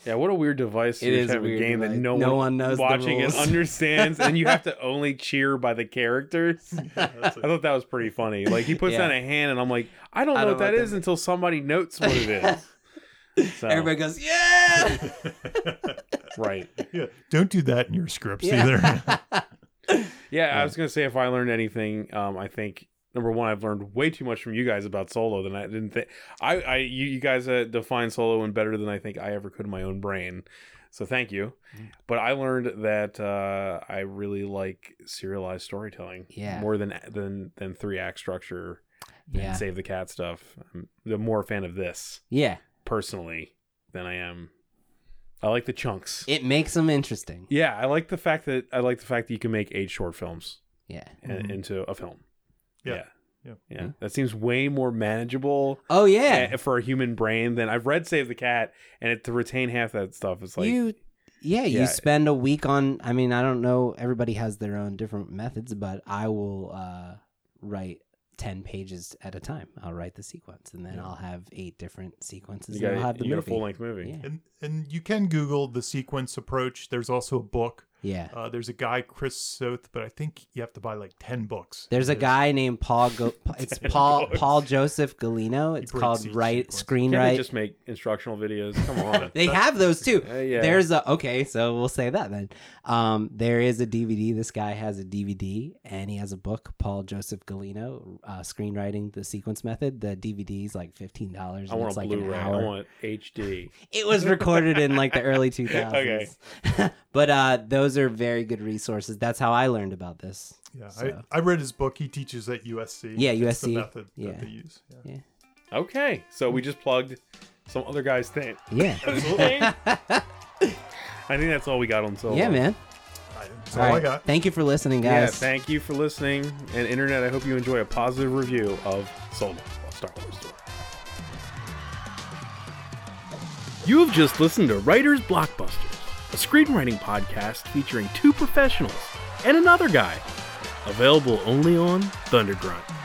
S2: Yeah, what a weird device.
S3: It
S2: to
S3: is
S2: have
S3: a weird
S2: game that
S3: device.
S2: no,
S3: No
S2: one,
S3: one knows the
S2: watching it
S3: rules.
S2: understands, and you have to only cheer by the characters.
S4: That's
S2: I
S4: it.
S2: thought that was pretty funny. Like he puts
S3: Yeah.
S2: down a hand, and I'm like, I don't know
S3: I
S2: what
S3: don't know
S2: that
S3: what
S2: is
S3: that
S2: until somebody notes what it is. So,
S3: Everybody goes, yeah.
S2: right?
S4: yeah. Don't do that in your scripts
S3: Yeah.
S4: either.
S2: Yeah, I was gonna say if I learned anything, um, I think number one, I've learned way too much from you guys about solo than I didn't think. I, I, you, you guys uh, define solo and better than I think I ever could in my own brain. So thank you. But I learned that uh, I really like serialized storytelling.
S3: Yeah.
S2: More than than than three act structure. and
S3: yeah.
S2: Save the cat stuff. I'm the more a fan of this
S3: Yeah.
S2: personally than I am. I like the chunks.
S3: It makes them interesting.
S2: yeah, I like the fact that I like the fact that you can make eight short films
S3: Yeah.
S2: and,
S4: Mhm.
S2: into a film.
S4: Yeah.
S2: Yeah.
S4: Yeah. Mm-hmm.
S2: Yeah. That seems way more manageable
S3: Oh yeah.
S2: eh, for a human brain than I've read Save the Cat and it, to retain half that stuff it's like
S3: you Yeah,
S2: Yeah.
S3: you spend a week on. I mean, I don't know. Everybody has their own different methods, but I will uh, write ten pages at a time. I'll write the sequence, and then I'll have eight different sequences.
S2: You
S3: and I'll
S2: got,
S3: have the
S2: you got a
S3: movie.
S2: full length movie.
S3: Yeah.
S4: And and you can Google the sequence approach. There's also a book.
S3: yeah.
S2: Oh,
S4: Uh, there's a guy Chris Soth, but I think you have to buy like ten books.
S3: There's a guy named Paul. Go- it's Paul
S2: books.
S3: Paul Joseph Galino. It's
S4: breaks
S3: called
S4: each
S3: Right
S4: sequence.
S2: Can't they
S3: Screenwrite.
S2: just make instructional videos? Come on.
S3: They have those too.
S2: Uh, yeah.
S3: There's a okay, so we'll say that then. Um, there is a DVD. This guy has a DVD, and he has a book. Paul Joseph Galino, uh, screenwriting the sequence method. The DVD is like fifteen dollars.
S2: I want
S3: it's
S2: a
S3: like an
S2: Blu-ray. I
S3: hour.
S2: want HD.
S3: It was recorded in like the early two thousands. Okay, but uh, those are very good resources. That's how I learned about this.
S4: Yeah,
S3: So-
S4: I, I read his book. He teaches at USC.
S3: Yeah,
S4: It's the
S3: USC.
S4: method
S3: Yeah.
S4: that they use. Yeah.
S2: Okay, so we just plugged some other guy's thing.
S3: Yeah,
S2: Absolutely. I think that's all we got on so
S3: yeah,
S2: long.
S3: man.
S4: I- That's
S3: All
S4: all I
S3: right,
S4: got.
S3: thank you for listening,
S2: Yeah,
S3: guys.
S2: thank you for listening. And internet, I hope you enjoy a positive review of Solo a Star Wars Story. You have just listened to Writers Blockbusters, a screenwriting podcast featuring two professionals and another guy. Available only on Thundergrunt.